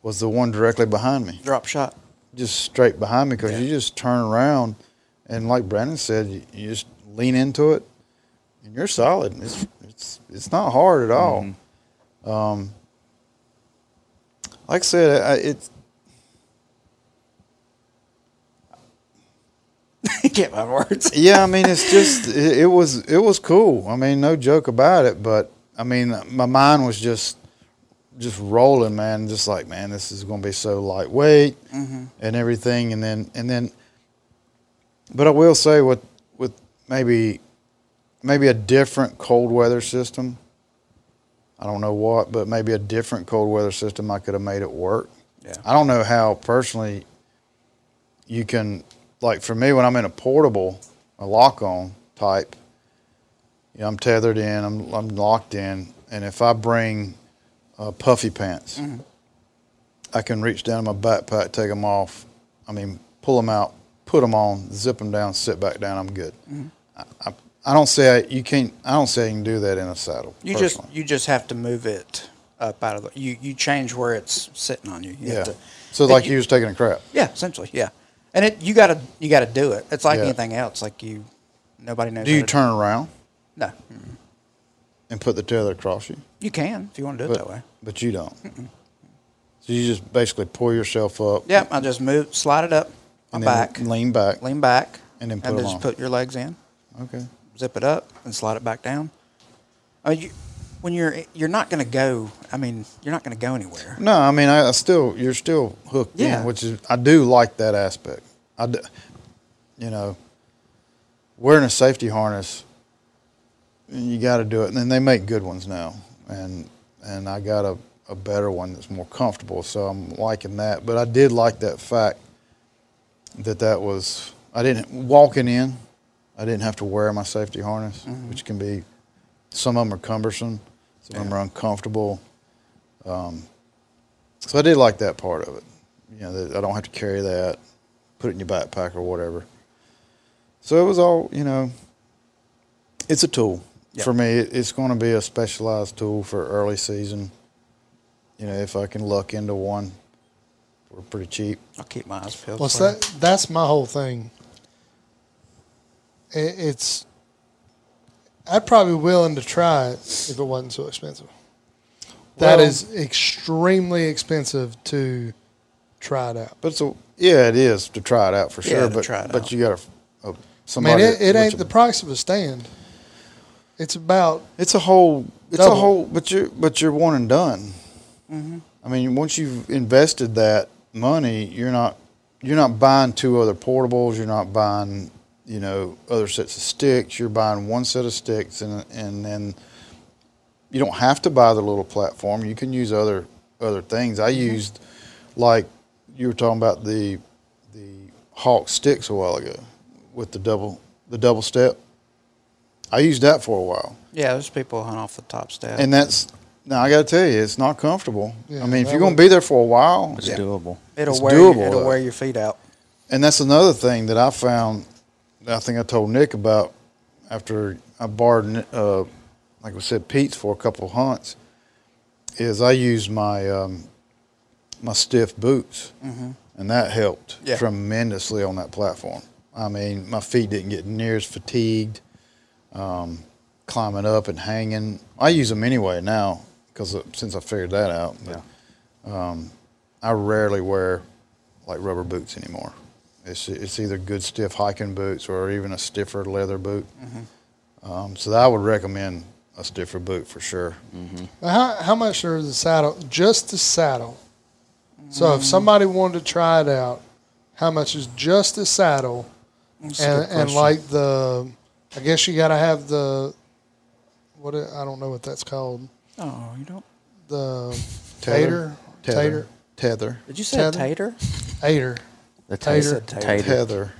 was the one directly behind me Drop shot. just straight behind me because Yeah. you just turn around and like Brandon said, you, you just lean into it and you're solid. It's it's it's not hard at all. Um, like I said, I, it's <laughs> He can't find words. yeah. I mean, it's just it, it was it was cool. I mean, no joke about it. But I mean, my mind was just just rolling, man. Just like man, this is going to be so lightweight and everything. And then and then, but I will say with with maybe maybe a different cold weather system. I don't know what, but maybe a different cold weather system I could have made it work. Yeah. I don't know how personally you can like for me when I'm in a portable, a lock on type, you know, I'm tethered in, I'm I'm locked in, and if I bring uh, puffy pants, Mm-hmm. I can reach down in my backpack, take them off. I mean, pull them out, put them on, zip them down, sit back down. I'm good. Mm-hmm. I, I, I don't say I, you can't. I don't say you can do that in a saddle. You just personally. you just have to move it up out of the. You you change where it's sitting on you. you yeah. Have to, so and like you was taking a crap. Yeah, essentially, yeah. And it you gotta you gotta do it. It's like Yeah. anything else. Like you, nobody knows. Do how you to- turn around No, and put the tether across you? you can if you want to do it But, that way. but you don't. So you just basically pull yourself up. Yeah, I just move, slide it up my And then back, Lean back. lean back, And then put 'em just on. put your legs in, Okay. zip it up, and slide it back down. I mean, you, when you're you're not gonna go. I mean, you're not gonna go anywhere. No, I mean, I, I still, you're still hooked Yeah. in, which is, I do like that aspect. I, do, you know, wearing a safety harness, you got to do it. And then they make good ones now. And, and I got a, a better one that's more comfortable. So I'm liking that. But I did like that fact that that was, I didn't, walking in, I didn't have to wear my safety harness, which can be, some of them are cumbersome, some of them are uncomfortable. So I did like that part of it. You know, that I don't have to carry that, put it in your backpack or whatever. So it was all, you know, it's a tool. Yeah. For me, it, it's going to be a specialized tool for early season. You know, if I can luck into one for pretty cheap. I'll keep my eyes peeled. What's for you. that? That's my whole thing. It, it's. I'd probably be willing to try it if it wasn't so expensive. That Well- is extremely expensive to try it out. But so, yeah, it is to try it out for Yeah, sure. to but try it but out. you got to, uh, I mean, somebody. it, it with ain't a- the price of a stand. It's about It's a whole. It's Double. a whole. But you're but you're one and done. I mean, once you've invested that money, you're not you're not buying two other portables. You're not buying you know other sets of sticks. You're buying one set of sticks, and and then you don't have to buy the little platform. You can use other other things. I used like you were talking about the the Hawk sticks a while ago with the double the double step. I used that for a while. Yeah, there's people hung off the top step. And that's now I got to tell you, it's not comfortable. Yeah, I mean, if that you're going would- to be there for a while, It's doable. it'll it's wear doable, you, it'll though. wear your feet out. and that's another thing that I found. that I think I told Nick about after I borrowed, uh, like I said, Pete's for a couple of hunts. Is I used my um, my stiff boots, and that helped Yeah. tremendously on that platform. I mean, my feet didn't get near as fatigued. um, climbing up and hanging. I use them anyway now because since I figured that out. But, um, I rarely wear like rubber boots anymore. It's it's either good stiff hiking boots or even a stiffer leather boot. Mm-hmm. Um, so I would recommend a stiffer boot for sure. Mm-hmm. Now, How, how much are the saddle? Just the saddle. So Mm. if somebody wanted to try it out, how much is just the saddle? That's a good And, and question. like the, I guess you got to have the, what it- I don't know what that's called. oh, you don't. The Tether. tater, tater, Tether. Did you say Tether? tater? ater. The Tater. tater. Tater. tater. Tether.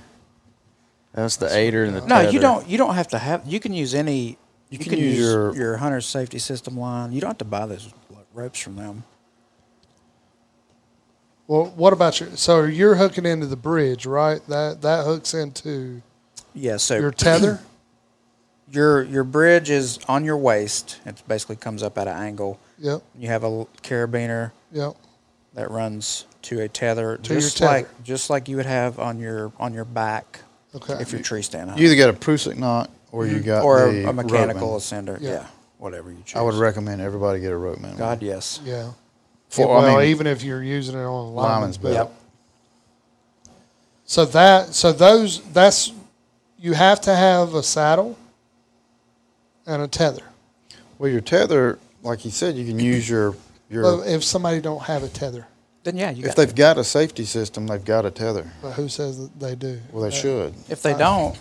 That's the aider and the No, you tether. don't. You don't have to have. You can use any. You, can use your- your hunter safety system line. You don't have to buy those ropes from them. Well, what about your? So you're hooking into the bridge, right? That that hooks into Yeah. So your <clears throat> tether. your your bridge is on your waist. It basically comes up at an angle. Yep, You have a l- carabiner yep. that runs to a tether, your just tether. like just like you would have on your on your back Okay. if you're tree stand You hunting, either got a Prusik knot or you got Mm-hmm. or Uh, the a, a mechanical Ropeman. ascender. Yeah. Yeah. whatever you choose. I would recommend everybody get a rope man. God, yes. Yeah. For, well, I mean, even if you're using it on a lineman's lineman's belt. belt. Yep. So that so those that's you have to have a saddle and a tether. Well, your tether, like you said, you can use your your. Well, if somebody don't have a tether, Then yeah, you if got. they've got a safety system, they've got a tether. but who says that they do? Well, they That- should. If they <laughs> don't,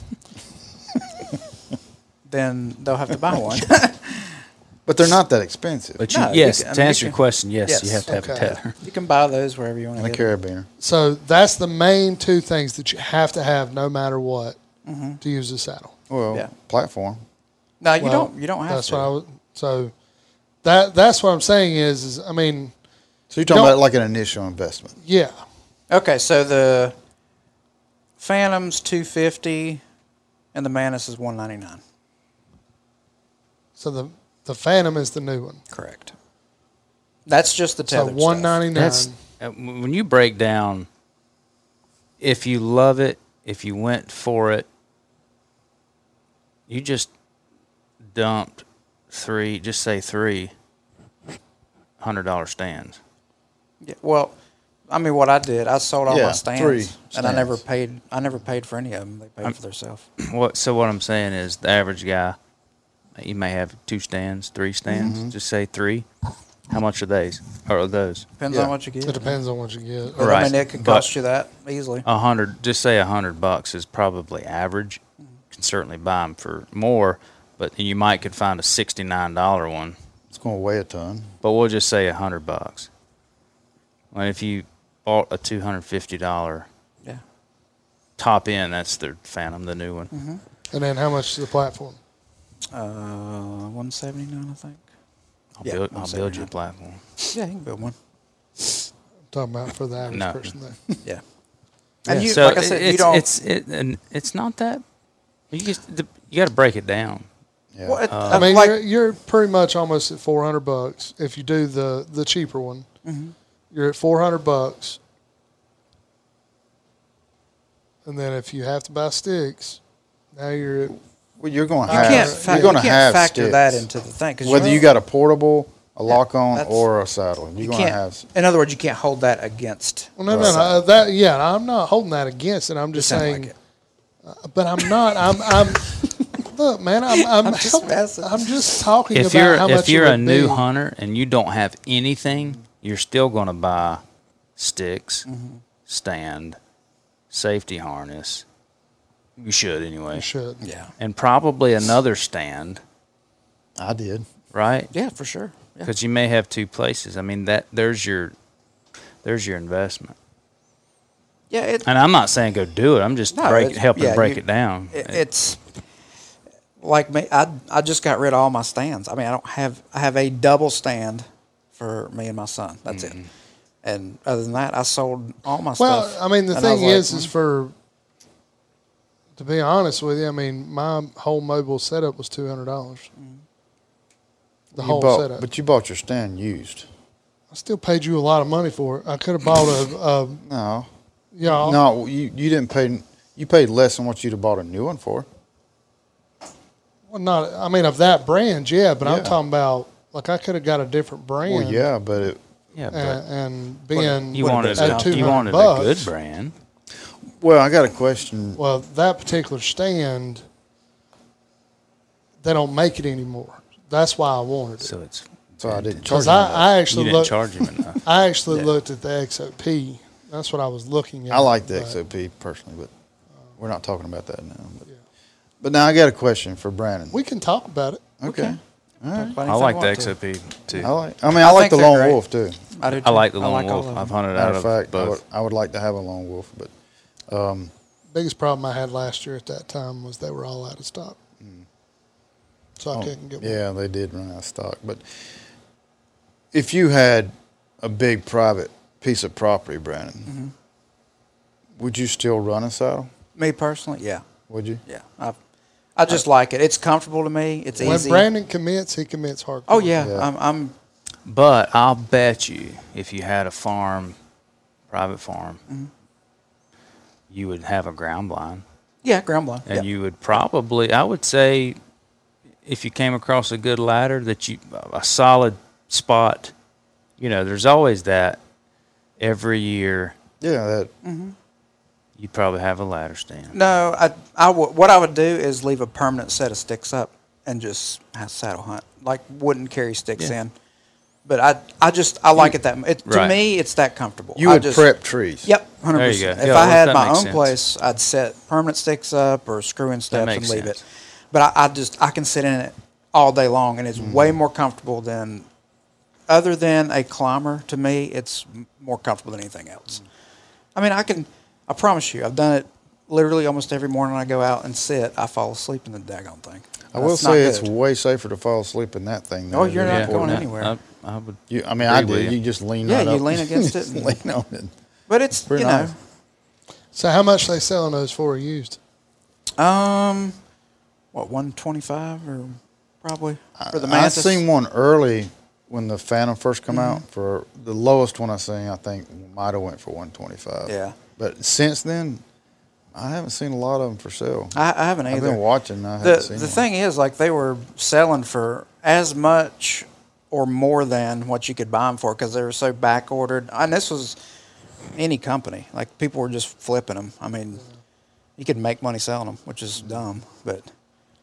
then they'll have to buy <laughs> one. But they're not that expensive. But you, No, you yes, can- I mean, to you answer your can- question, yes, you yes. have to have Okay. a tether. you can buy those wherever you want and to a get. them. carabiner. So that's the main two things that you have to have no matter what to use a saddle. Well, Yeah. platform. No, Mm-hmm. you Well, don't. You don't have that's to. what I was, so that that's what I'm saying is is I mean So you're talking Don't- about like an initial investment. yeah Okay, so the Phantom's two fifty, and the Manus is one ninety nine. so the the Phantom is the new one Correct. That's just the so tether. one ninety nine That's uh, w- when you break down. If you love it, if you went for it, you just dumped three. Just say three hundred dollar stands. <clears throat> Yeah, well, I mean, what I did, I sold all Yeah, my stands, three and I never stands. paid. I never paid for any of them. They paid for themselves. What? So what I'm saying is, the average guy, he may have two stands, three stands. Just say three. How much are these? Or are those? Depends Yeah. on what you get. it depends on what you get But, Uh, I Right, mean, it could but- cost you that easily. a hundred, just say a hundred bucks is probably average. Can certainly buy them for more, but you might could find a sixty-nine dollar one. It's going to weigh a ton. But we'll just say a hundred bucks. Well, if you bought a two hundred fifty dollar yeah. top end, that's their Phantom, the new one. Mm-hmm. and then how much is the platform Uh, one seventy nine, I think. I'll, Yeah, build, I'm I'll saying build you a that. platform. Yeah, you can build one. I'm talking about for the average No. person there <laughs> Yeah. And Yeah. you, so like I said, it's, you don't. it's it, and it's not that. You just the, you got to break it down. Yeah. well, it- I I'm mean like, you're, you're pretty much almost at four hundred bucks if you do the the cheaper one Mm-hmm. you're at four hundred bucks and then if you have to buy sticks now you're at Well, you're going to you have. can't, fa- you're going to you can't have factor sticks. that into the thing. 'cause whether you got a portable, a lock on, that's- or a saddle. You're you going to can't- have. s- In other words, you can't hold that against. Well, no, no, the no. side. uh, That, yeah, I'm not holding that against it. I'm just sound saying, like it. uh, but I'm not. I'm, I'm. look, man, I'm. I'm, <laughs> I'm just messing. I'm just talking about if how you're much if you're it a would new be. hunter and you don't have anything, you're still going to buy sticks, stand, safety harness. You should anyway, You should. Yeah. and probably another stand, I did. right? Yeah, for sure. Yeah. Because you may have two places. I mean that there's your there's your investment. Yeah, it, And I'm not saying go do it. I'm just No, break it's- helping yeah, break you- it down. Uh, it- it's like me. I I just got rid of all my stands. I mean, I don't have I have a double stand for me and my son. That's Mm-hmm. it. And other than that, I sold all my Well, stuff. I mean, the And was thing like, is, "Mm, is for. To be honest with you, I mean, my whole mobile setup was two hundred dollars. The You whole bought- setup. But you bought your stand used. I still paid you a lot of money for it. I could have bought a, a No. you know, No, you, you didn't pay. You paid less than what you'd have bought a new one for. well, not. I mean, of that brand, yeah. But I'm Yeah. talking about like I could have got a different brand. Well, yeah, but it. yeah, but and, and being you at wanted a, 200 you wanted bucks, a good brand. Well, I got a question. Well, that particular stand they don't make it anymore. That's why I wanted it So it's So I didn't charge because them. I, I you actually didn't looked. charge him enough. I actually Yeah. looked at the XOP. That's what I was looking at. I like the but- XOP personally, but we're not talking about that now. But, Oh. Yeah. but now I got a question for Brandon. We can talk about it. okay. "Mm, I like the XOP too. I like. I mean, I, like think the they're lone great. wolf too. I, do I too. like the lone all wolf. of I've them. hunted out Matter of of fact, I would, both. I would like to have a lone wolf, but Biggest problem I had last year at that time was they were all out of stock, so I couldn't get one. yeah, they did run out of stock. But if you had a big private piece of property, Brandon, Mm-hmm. would you still run a saddle? Me personally, yeah, Would you? yeah. I, I just like it. It's comfortable to me. It's When easy. Brandon commits, he commits hardcore. oh yeah, Yeah. I'm, I'm. But I'll bet you, if you had a farm, private farm, Mm-hmm. you would have a ground blind, Yeah, ground blind. and yeah. you would probably, I would say, if you came across a good ladder, that you a solid spot. You know, there's always that. Every year, Yeah, that Mm-hmm. you probably have a ladder stand. No, I, I w- what I would do is leave a permanent set of sticks up and just ha- saddle hunt. Like wouldn't carry sticks Yeah. in, but I I just I like it that m- it, to Right. me it's that comfortable. you I would just- prep trees. Yep, hundred There you go. percent. If Yeah, I well, had that my own makes sense. place, I'd set permanent sticks up or screw in steps and makes leave sense. it. But I, I just I can sit in it all day long, and it's Mm-hmm. way more comfortable than. Other than a climber, to me, it's m- more comfortable than anything Mm. else. I mean, I can. I promise you, I've done it literally almost every morning. I go out and sit. I fall asleep in the daggone thing. I will That's say not it's good. way safer to fall asleep in that thing. than Oh, it is you're in not a going Ford. in. anywhere. I, I would. You, I mean, I agree with did. you. You just lean. Yeah, right you up. lean <laughs> against it and- lean on it. but it's pretty you know. nice. So how much they selling those for used? Um, what one twenty five or probably for the I Mantis? Mm-hmm. seen one early when the Phantom first come out. For the lowest one I seen, I think might have went for one twenty five. Yeah. But since then, I haven't seen a lot of them for sale. I, I haven't either. I've been watching. and I haven't the seen the one. thing is, like they were selling for as much or more than what you could buy them for because they were so back ordered. And this was any company. Like people were just flipping them. I mean, you could make money selling them, which is dumb. But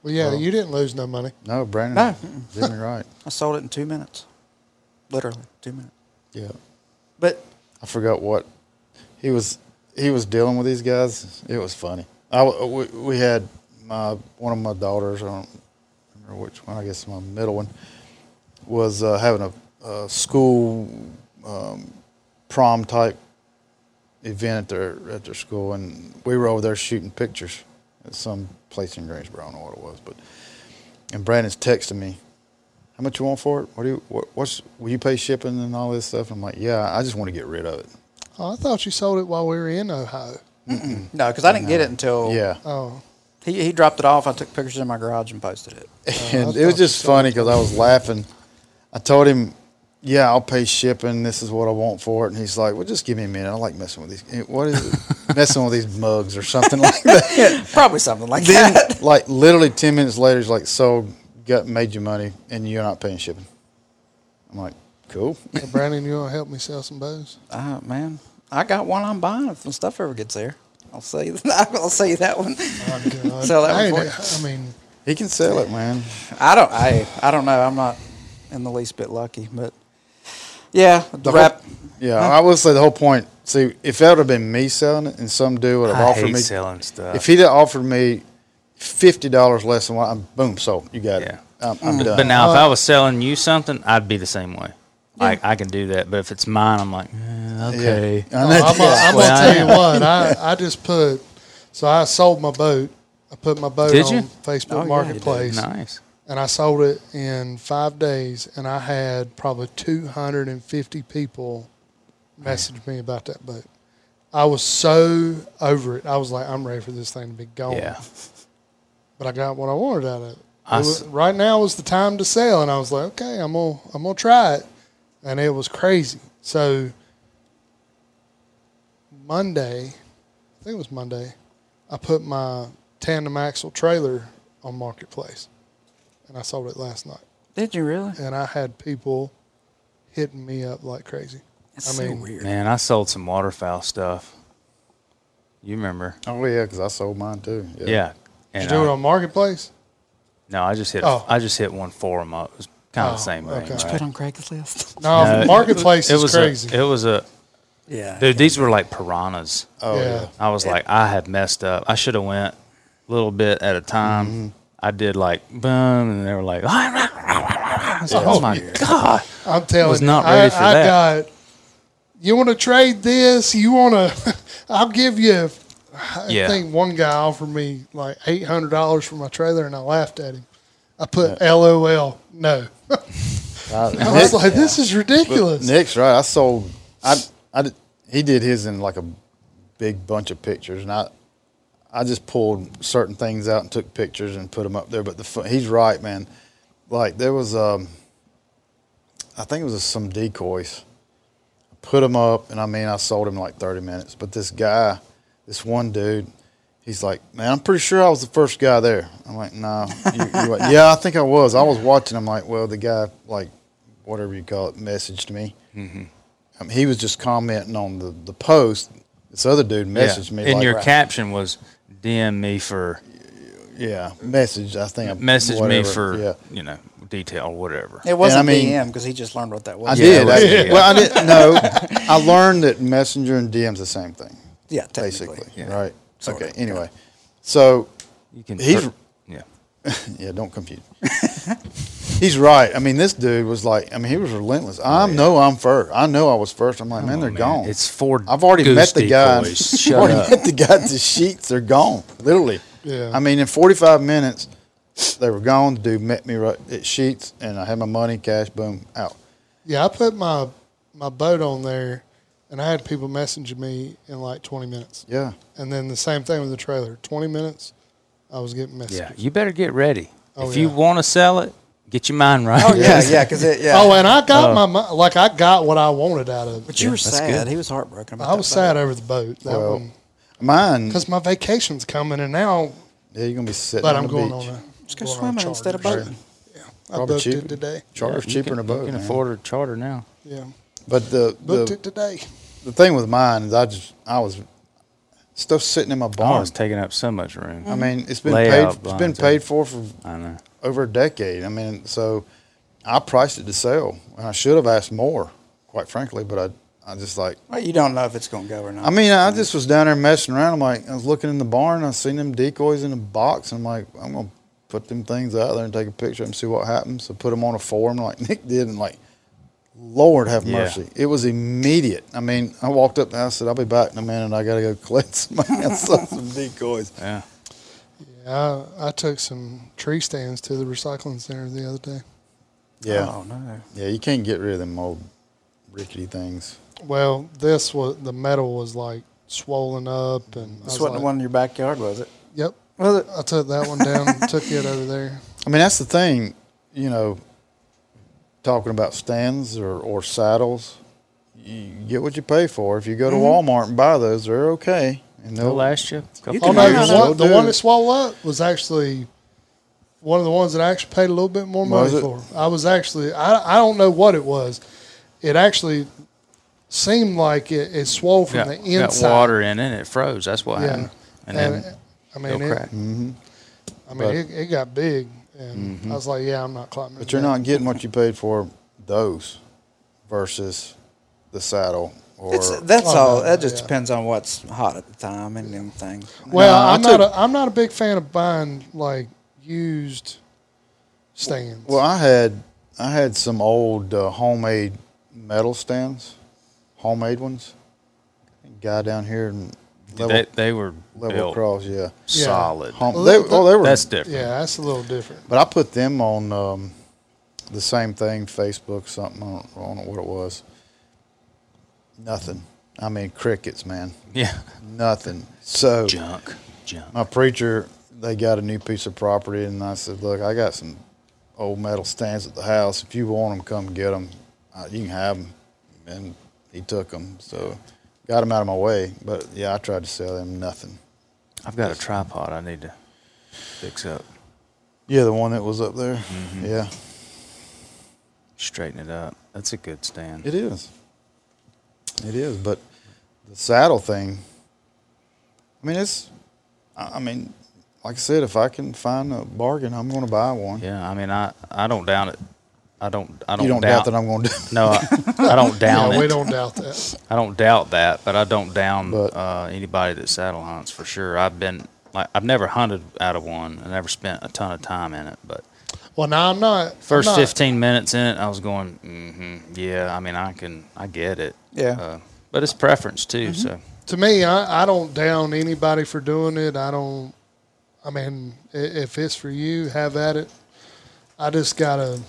Well, yeah, you didn't lose no money. No, Brandon No. did me <laughs> right. I sold it in two minutes, literally two minutes. Yeah, But I forgot what he was. He was dealing with these guys. It was funny. I w- we, we had my one of my daughters. I don't remember which one. I guess my middle one was uh, having a, a school um, prom type event at their at their school, and we were over there shooting pictures at some place in Greensboro. I don't know what it was, but and Brandon's texting me, "How much you want for it? What do you what, what's will you pay shipping and all this stuff?" And I'm like, "Yeah, I just want to get rid of it." Oh, I thought you sold it while we were in Ohio. no, because I didn't get it until Yeah, Uh, Oh, he, he dropped it off. I took pictures in my garage and posted it. <laughs> <laughs> <laughs> and it was just funny because I was laughing. I told him, "Yeah, I'll pay shipping. This is what I want for it." And he's like, "Well, just give me a minute. I like messing with these. eh, What is <laughs> it? messing with these mugs or something like that." Probably something like then, that. like literally ten minutes later, he's like, "So, got made you money, and you're not paying shipping." I'm like, "Cool." hey, Brandon, you want to help me sell some bows? Uh, man, I got one I'm buying if the stuff ever gets there. I'll sell you. I'll sell you <laughs> that one. Oh, God. Sell that <laughs> I, one ain't- I mean, He can sell it, man. I don't. I I don't know. I'm not in the least bit lucky, but yeah, the whole- rap. Yeah, I would say the whole point. See, if that would have been me selling it, and some dude would have I offered hate me selling stuff. If he'd have offered me fifty dollars less than what I'm, boom, sold. You got it. Yeah. I'm, I'm done. But uh, now, if I was selling you something, I'd be the same way. Like I can do that, but if it's mine, I'm like, eh, Yeah. okay. <laughs> I know. I'm, gonna- Well, I'm gonna I- tell you what. I, I just put. So I sold my boat. I put my boat Did on you? Facebook Oh, yeah, you did. Marketplace, Nice. and I sold it in five days. And I had probably 250 people message me about that boat. I was so over it. I was like, I'm ready for this thing to be gone. Yeah. But I got what I wanted out of it. I It s- was- right now was the time to sell, and I was like, okay, I'm gonna I'm gonna try it, and it was crazy. So Monday, I think it was Monday, I put my tandem axle trailer on marketplace, and I sold it last night, Did you really? and I had people hitting me up like crazy. That's I mean, so weird. Man, I sold some waterfowl stuff. You remember? oh yeah, because I sold mine too. Yeah. And Did you do it I- on marketplace? No, I just hit. Oh. I just hit one for him. It was kind of Oh, the same range. okay. Just Put on <laughs> Craig's list. No, No, it- marketplace it is was a- crazy. it was a Yeah. dude. These were like piranhas. Oh yeah. yeah. I was like, I have messed up. I should have went a little bit at a time. Mm-hmm. I did like boom, and they were like, <laughs> I was like, oh, my god, I'm telling was you, not I, ready for I that. got. You want to trade this? You want to? <laughs> I'll give you. I Yeah. think one guy offered me like eight hundred dollars for my trailer, and I laughed at him. I put LOL. No, <laughs> I was like, this is ridiculous. Nick's right. I sold. I, I did- he did his in like a big bunch of pictures, and I I just pulled certain things out and took pictures and put them up there. But the fu- he's right, man. Like there was um, I think it was some decoys. I put them up, and I mean I sold him like thirty minutes. But this guy, this one dude. He's like, man, I'm pretty sure I was the first guy there. I'm like, no, you, you wa- <laughs> yeah, I think I was. I was watching. I'm like, well, the guy, like, whatever you call it, messaged me. Mm-hmm. I mean, he was just commenting on the, the post. This other dude messaged me. And like, your right- caption was DM me for yeah, message. I think I- message me whatever, for yeah. you know detail or whatever. It wasn't And I mean- DM because he just learned what that I was. did. right, I- yeah. Well, I <laughs> didn't know. I learned that messenger and DM's the same thing, Yeah, technically. basically. Yeah. Right. Sort okay. of, Anyway, so You can He's- yeah. yeah, don't compute. <laughs> He's right. I mean, this dude was like, I mean, he was relentless. I know I'm first. I know I was first. I'm like, man, they're man. gone. It's four I've already goose met the guy. decoys. <laughs> I've Shut already up. met the guy. at The sheets are gone. Literally. Yeah. I mean, in 45 minutes, they were gone. The dude met me right at sheets, and I had my money, cash, boom, out. Yeah, I put my my boat on there, and I had people messaging me in like twenty minutes. Yeah. And then the same thing with the trailer. Twenty minutes, I was getting messages. Yeah, you better get ready. Oh, if you yeah. want to sell it, get your mind right. Oh <laughs> yeah, yeah, because it. Yeah. Oh, and I Uh. got my my like I got what I wanted out of it. but you were sad. good. He was heartbroken. About I was that sad vote. over the boat. That Well, one. Mine. because my vacation's coming, and now Yeah, you're going to be sitting but on I'm the going beach. on a Just go going on swimming instead of charters. boating. I Probably booked cheaper. it today. Charter's You cheaper can, than a boat. You can man. afford a charter now. Yeah, But the, booked the, it today. the thing with mine is I just, I was, stuff sitting in my Oh, barn. it's taking up so much room. I mean, it's been Layout paid. It's been blinds, paid for for I know. over a decade. I mean, so I priced it to sell, and I should have asked more, quite frankly. But I, I just like. Well, you don't know if it's going to go or not. I mean, I just was down there messing around. I'm like, I was looking in the barn. I seen them decoys in a box. And I'm like, I'm gonna put them things out there and take a picture and see what happens. So put them on a form like Nick did, and like, Lord have Yeah. mercy, it was immediate. I mean, I walked up and I said, I'll be back in a minute. I gotta go <laughs> collect some, some decoys. Yeah. Yeah, I, I took some tree stands to the recycling center the other day. Yeah. Oh no. Yeah, you can't get rid of them old rickety things. Well, this was the metal was like swollen up, and I This was wasn't like, the one in your backyard, was it? Yep, Was it? I took that one down, and took it over there. I mean, that's the thing, you know, talking about stands or, or saddles, you get what you pay for. If you go to Mm-hmm. Walmart and buy those, they're okay. And They'll they'll last you. a You Oh couple can no, have the it. one, the Will do. one that swallowed up was actually one of the ones that I actually paid a little bit more money Was it? for. I was actually I, I don't know what it was. It actually seemed like it, it swole from got, the got inside. water in it. It froze. That's what Yeah. happened. And, and then I it'll mean, it, crack. I But- Mm-hmm. mean, it, it got big, and I was like, "Yeah, I'm not climbing." But you're that. not getting what you paid for those versus the saddle. Or It's, that's Oh, all. no, that just yeah. depends on what's hot at the time and them things. Well, No, I I'm not. took- A, I'm not a big fan of buying like used stands. Well, I had I had some old uh, homemade metal stands, homemade ones. Guy down here in level, they, they were level built cross, yeah. solid. Home, they, oh, they were That's different. yeah, that's a little different. But I put them on um, the same thing, Facebook, something. I don't, I don't know what it was. Nothing. I mean, crickets, man. Yeah. Nothing. So Junk. Junk. my preacher, they got a new piece of property, and I said, "Look, I got some old metal stands at the house. If you want them, come get them. Uh, you can have them." And he took them, so got them out of my way. But yeah, I tried to sell them nothing. I've got a tripod I need to fix up, Yeah, the one that was up there. Yeah, straighten it up. That's a good stand. It is. It is, but the saddle thing. I mean, it's. I I mean, like I said, if I can find a bargain, I'm going to buy one. Yeah, I mean, I, I don't doubt it. I don't I don't, you don't doubt, that I'm going to. No, I, I <laughs> don't doubt Yeah, we it. don't doubt that. I don't doubt that, but I don't down But- uh, anybody that saddle hunts for sure. I've been like I've never hunted out of one. I never spent a ton of time in it, but Well, now I'm not. I'm 1st not- 15 minutes in it, I was going, mm-hmm, yeah. I mean, I can, I get it. Yeah. Uh, but it's preference Mm-hmm. too. So To me, I, I don't down anybody for doing it. I don't. I mean, i- if it's for you, have at it. I just gotta.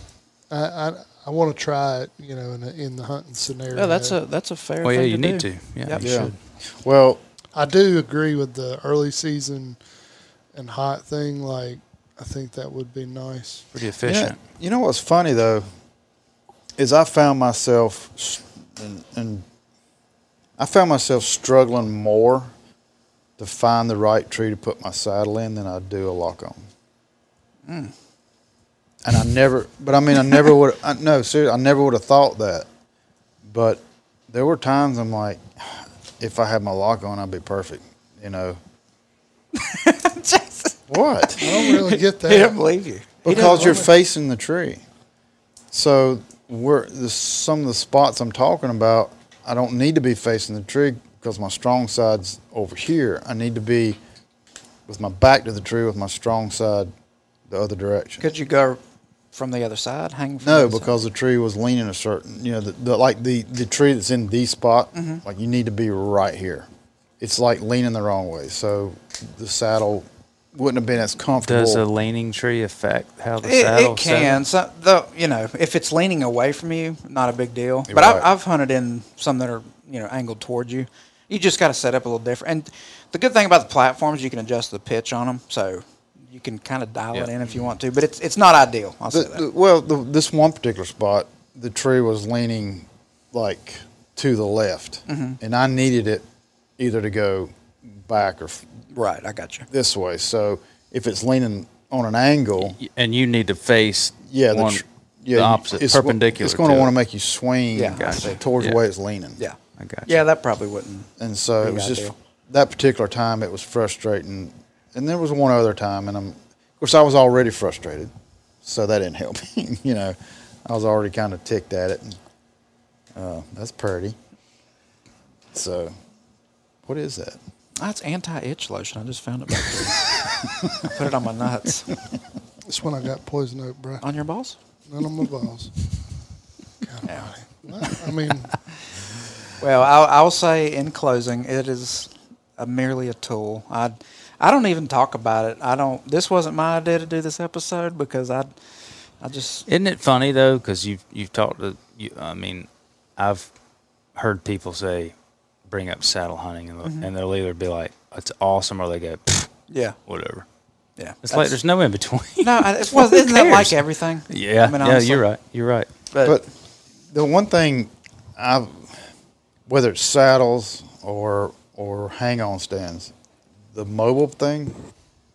I I, I want to try it. You know, in the, in the hunting scenario. Yeah, that's a that's a fair. well, yeah, thing you to need do. to. Yeah, Yep. you Yeah. <laughs> should. <laughs> Well, I do agree with the early season and hot thing. Like, I think that would be nice. Pretty you know, efficient. you know what's funny though is I found myself s- and, and I found myself struggling more to find the right tree to put my saddle in than I do a lock on. And I never, but I mean, I never would. I, no, seriously, I never would have thought that. But there were times I'm like, <sighs> if I had my lock on, I'd be perfect. You know what? I don't really <laughs> get I don't that. believe you. because you're facing the tree. So we're the, some of the spots I'm talking about. I don't need to be facing the tree because my strong side's over here. I need to be with my back to the tree with my strong side the other direction. Could you go from the other side, hang? From the No, other side? because the tree was leaning a certain, you know, the, the, like the, the tree that's in the spot, like you need to be right here. It's like leaning the wrong way. So the saddle wouldn't have been as comfortable. Does a leaning tree affect how the It, saddle? it can. So, though, you know, if it's leaning away from you, not a big deal. But right. I, I've hunted in some that are, you know, angled toward you. You just got to set up a little different. And the good thing about the platforms, you can adjust the pitch on them, so you can kind of dial it Yeah. in if you want to. But it's it's not ideal. I'll The, say that. the- well, the, this one particular spot, the tree was leaning like to the left, and I needed it either to go back or f- right, I got you. this way. So if it's leaning on an angle, And you need to face yeah, the, one, tr- yeah, the opposite, it's, perpendicular. It's going to to want to it. make you swing Yeah, I Gotcha. see. towards Yeah. the way it's leaning. Yeah, I got you. yeah, that probably wouldn't. and so it Pretty was just ideal. that particular time it was frustrating and there was one other time and i'm of course i was already frustrated so that didn't help <laughs> me you know i was already kind of ticked at it and uh, that's pretty so what is that That's Ah, anti-itch lotion. I just found it. Back there. I put it on my nuts, That's when I got poison oak, bro. on your balls. None of my balls. God almighty. Well, I mean, Well, I'll, I'll say in closing, it is a, merely a tool. I I don't even talk about it. I don't. This wasn't my idea to do this episode because I I just Isn't it funny though? Because you've you've talked to. You, I mean, I've heard people say, bring up saddle hunting, and, they'll and they'll either be like, "It's awesome," or they go, "Pfft, yeah "Whatever." yeah. It's like That's- there's no in between. no. I- It's, well, isn't that like cares? everything? <laughs> yeah, yeah, honestly. you're right. You're right. But, but the one thing i whether it's saddles or or hang on stands the mobile thing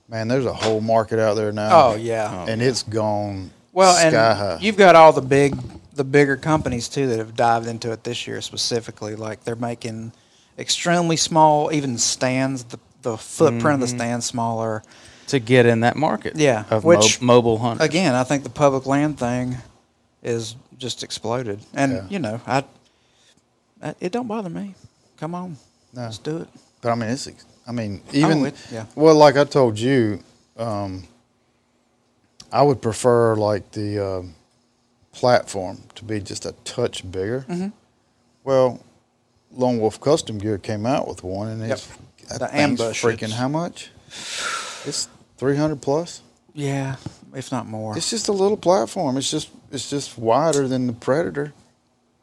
man there's a whole market out there now oh yeah. and it's gone well, sky and high. you've got all the big the bigger companies too that have dived into it this year specifically. Like they're making extremely small, even stands the the footprint of the stand smaller. To get in that market, Yeah, of which- mo- mobile hunting. again, I think the public land thing is just exploded, and Yeah. you know, I, I it don't bother me. Come on, No. let's do it. But I mean, it's. ex- I mean, even it- yeah. well, like I told you, um, I would prefer like the um platform to be just a touch bigger. Mm-hmm. Well, Lone Wolf Custom Gear came out with one, and it's that The thing's ambush, Freaking it's- how much? It's three hundred plus. Yeah, if not more. It's just a little platform. It's just it's just wider than the Predator.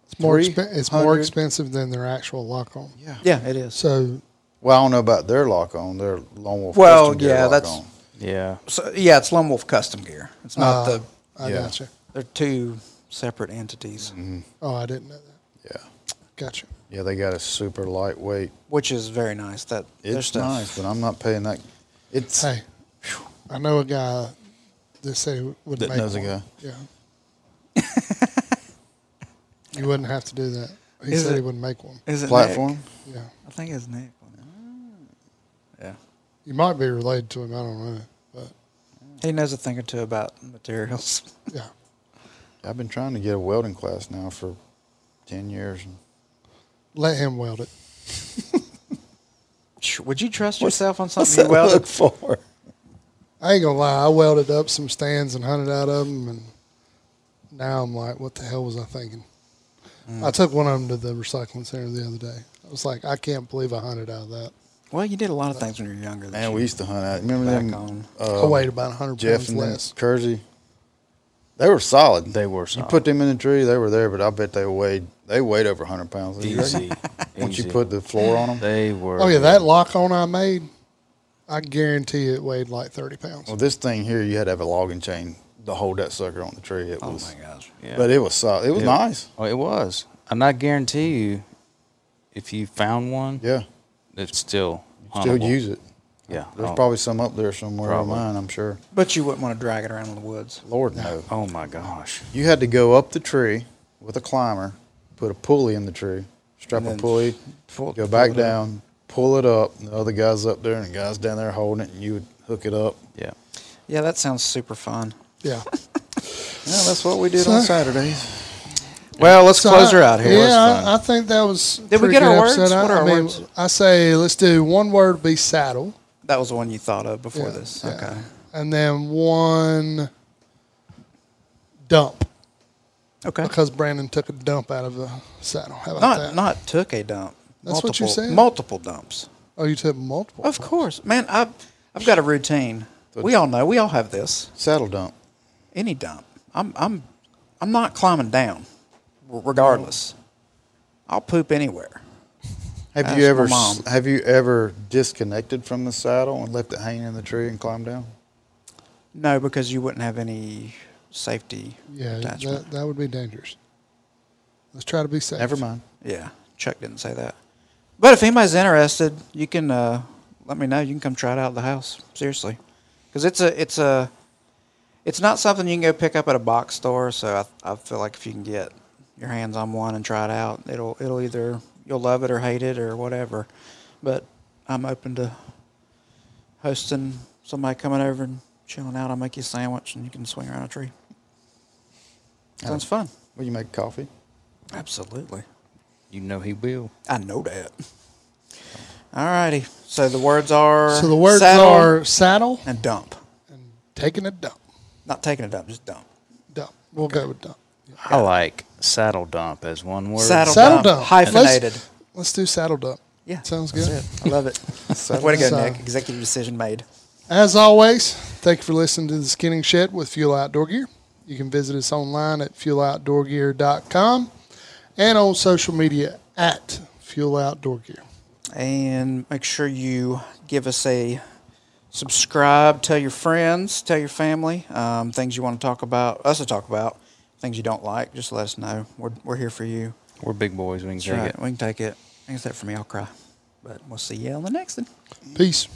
it's more Three expen it's more hundred- expensive than their actual lock on. Yeah. yeah, it is. So Well, I don't know about their lock on. Their Lone Wolf. Well, Custom Gear yeah, lock that's- on. Yeah, So, yeah, it's Lone Wolf Custom Gear. It's not uh, the. I Yeah. gotcha. They're two separate entities, mm-hmm. Oh, I didn't know that. yeah. Gotcha. Yeah, they got a super lightweight. which is very nice. That their It's stuff. nice, but I'm not paying that. It's Hey, I know a guy that said he would That make knows a one. guy. Yeah. you wouldn't have to do that. He Is said he it- would make one. Is it Nick? platform. Yeah. I think it's Nick. Yeah. You might be related to him. I don't know. But He knows a thing or two about materials. yeah, I've been trying to get a welding class now for ten years. let him weld it. <laughs> Sh- Would you trust yourself <laughs> on something you welded? for? I ain't gonna lie. I welded up some stands and hunted out of them, and now I'm like, what the hell was I thinking? Mm. I took one of them to the recycling center the other day. I was like, I can't believe I hunted out of that. Well, you did a lot of things when you were younger. that Man, you- we used to hunt out. Remember Back them? on. uh, I weighed about 100 Jeff pounds and them less. Kersey. They were solid. They were You solid. put them in the tree, they were there, but I bet they weighed they weighed over hundred pounds. Don't you reckon? easy. Once you easy. <laughs> put the floor on them. they were. Oh yeah, that lock on I made, I guarantee it weighed like 30 pounds. Well, this thing here, you had to have a logging chain to hold that sucker on the tree. It Oh was, my gosh. Yeah. but it was solid. It was Yeah. nice. Oh, it was. And I guarantee you, if you found one, Yeah, it's still still huntable. use it. Yeah. There's oh, probably some up there somewhere. of Probably. Mine, I'm sure. But you wouldn't want to drag it around in the woods. Lord no. Oh my gosh. You had to go up the tree with a climber, put a pulley in the tree, strap And a then pulley, pull- go pull back it up. down, pull it up. and The other guy's up there, and the guy's down there holding it, and you would hook it up. Yeah. Yeah, that sounds super fun. <laughs> Yeah. Yeah, that's what we did on Saturdays. Well, let's So close I- her out here. Yeah, That's fine. I, I think that was. a Did we pretty get good our episode. words? I, What are I our mean, words? I say let's do one word would be saddle. That was the one you thought of before Yeah, this. yeah. Okay. And then one dump Okay. because Brandon took a dump out of the saddle. How about Not that? not took a dump. That's what you multiple, said. Multiple dumps. oh, you took multiple. Of course, man. I I've got a routine. We all know. We all have this. Saddle dump. Any dump. I'm I'm I'm not climbing down, r- regardless. I'll poop anywhere. Have Ask you ever my mom. s- have you ever disconnected from the saddle and left it hanging in the tree and climbed down? No, because you wouldn't have any safety Yeah, attachment. that, that would be dangerous. Let's try to be safe. Never mind. Yeah, Chuck didn't say that. But if anybody's interested, you can uh, let me know. You can come try it out at the house. Seriously, because it's a it's a it's not something you can go pick up at a box store. So I, I feel like if you can get your hands on one and try it out, it'll it'll either you'll love it or hate it or whatever. But I'm open to hosting somebody coming over and chilling out. I'll make you a sandwich and you can swing around a tree. Sounds fun. Will you make coffee? Absolutely. You know he will. I know that. All righty. So the words are. So the words saddle are saddle And dump. and taking a dump. Not taking a dump, just dump. Dump. We'll go with dump. I like saddle dump as one word. Saddle, Saddle dump. dump. Hyphenated. Let's- Let's do saddle dump. yeah. Sounds that's good. it. I love it. <laughs> Way to go, dump. Nick. Executive decision made. As always, thank you for listening to the Skinning Shed with Fuel Outdoor Gear. You can visit us online at fueloutdoorgear.com and on social media at Fuel Outdoor Gear. And make sure you give us a subscribe, tell your friends, tell your family, um, things you want to talk about, us to talk about, things you don't like. Just let us know. We're, we're here for you. We're big boys. We can take Right, it. We can take it. I guess that for me, I'll cry. But we'll see you on the next one. Peace.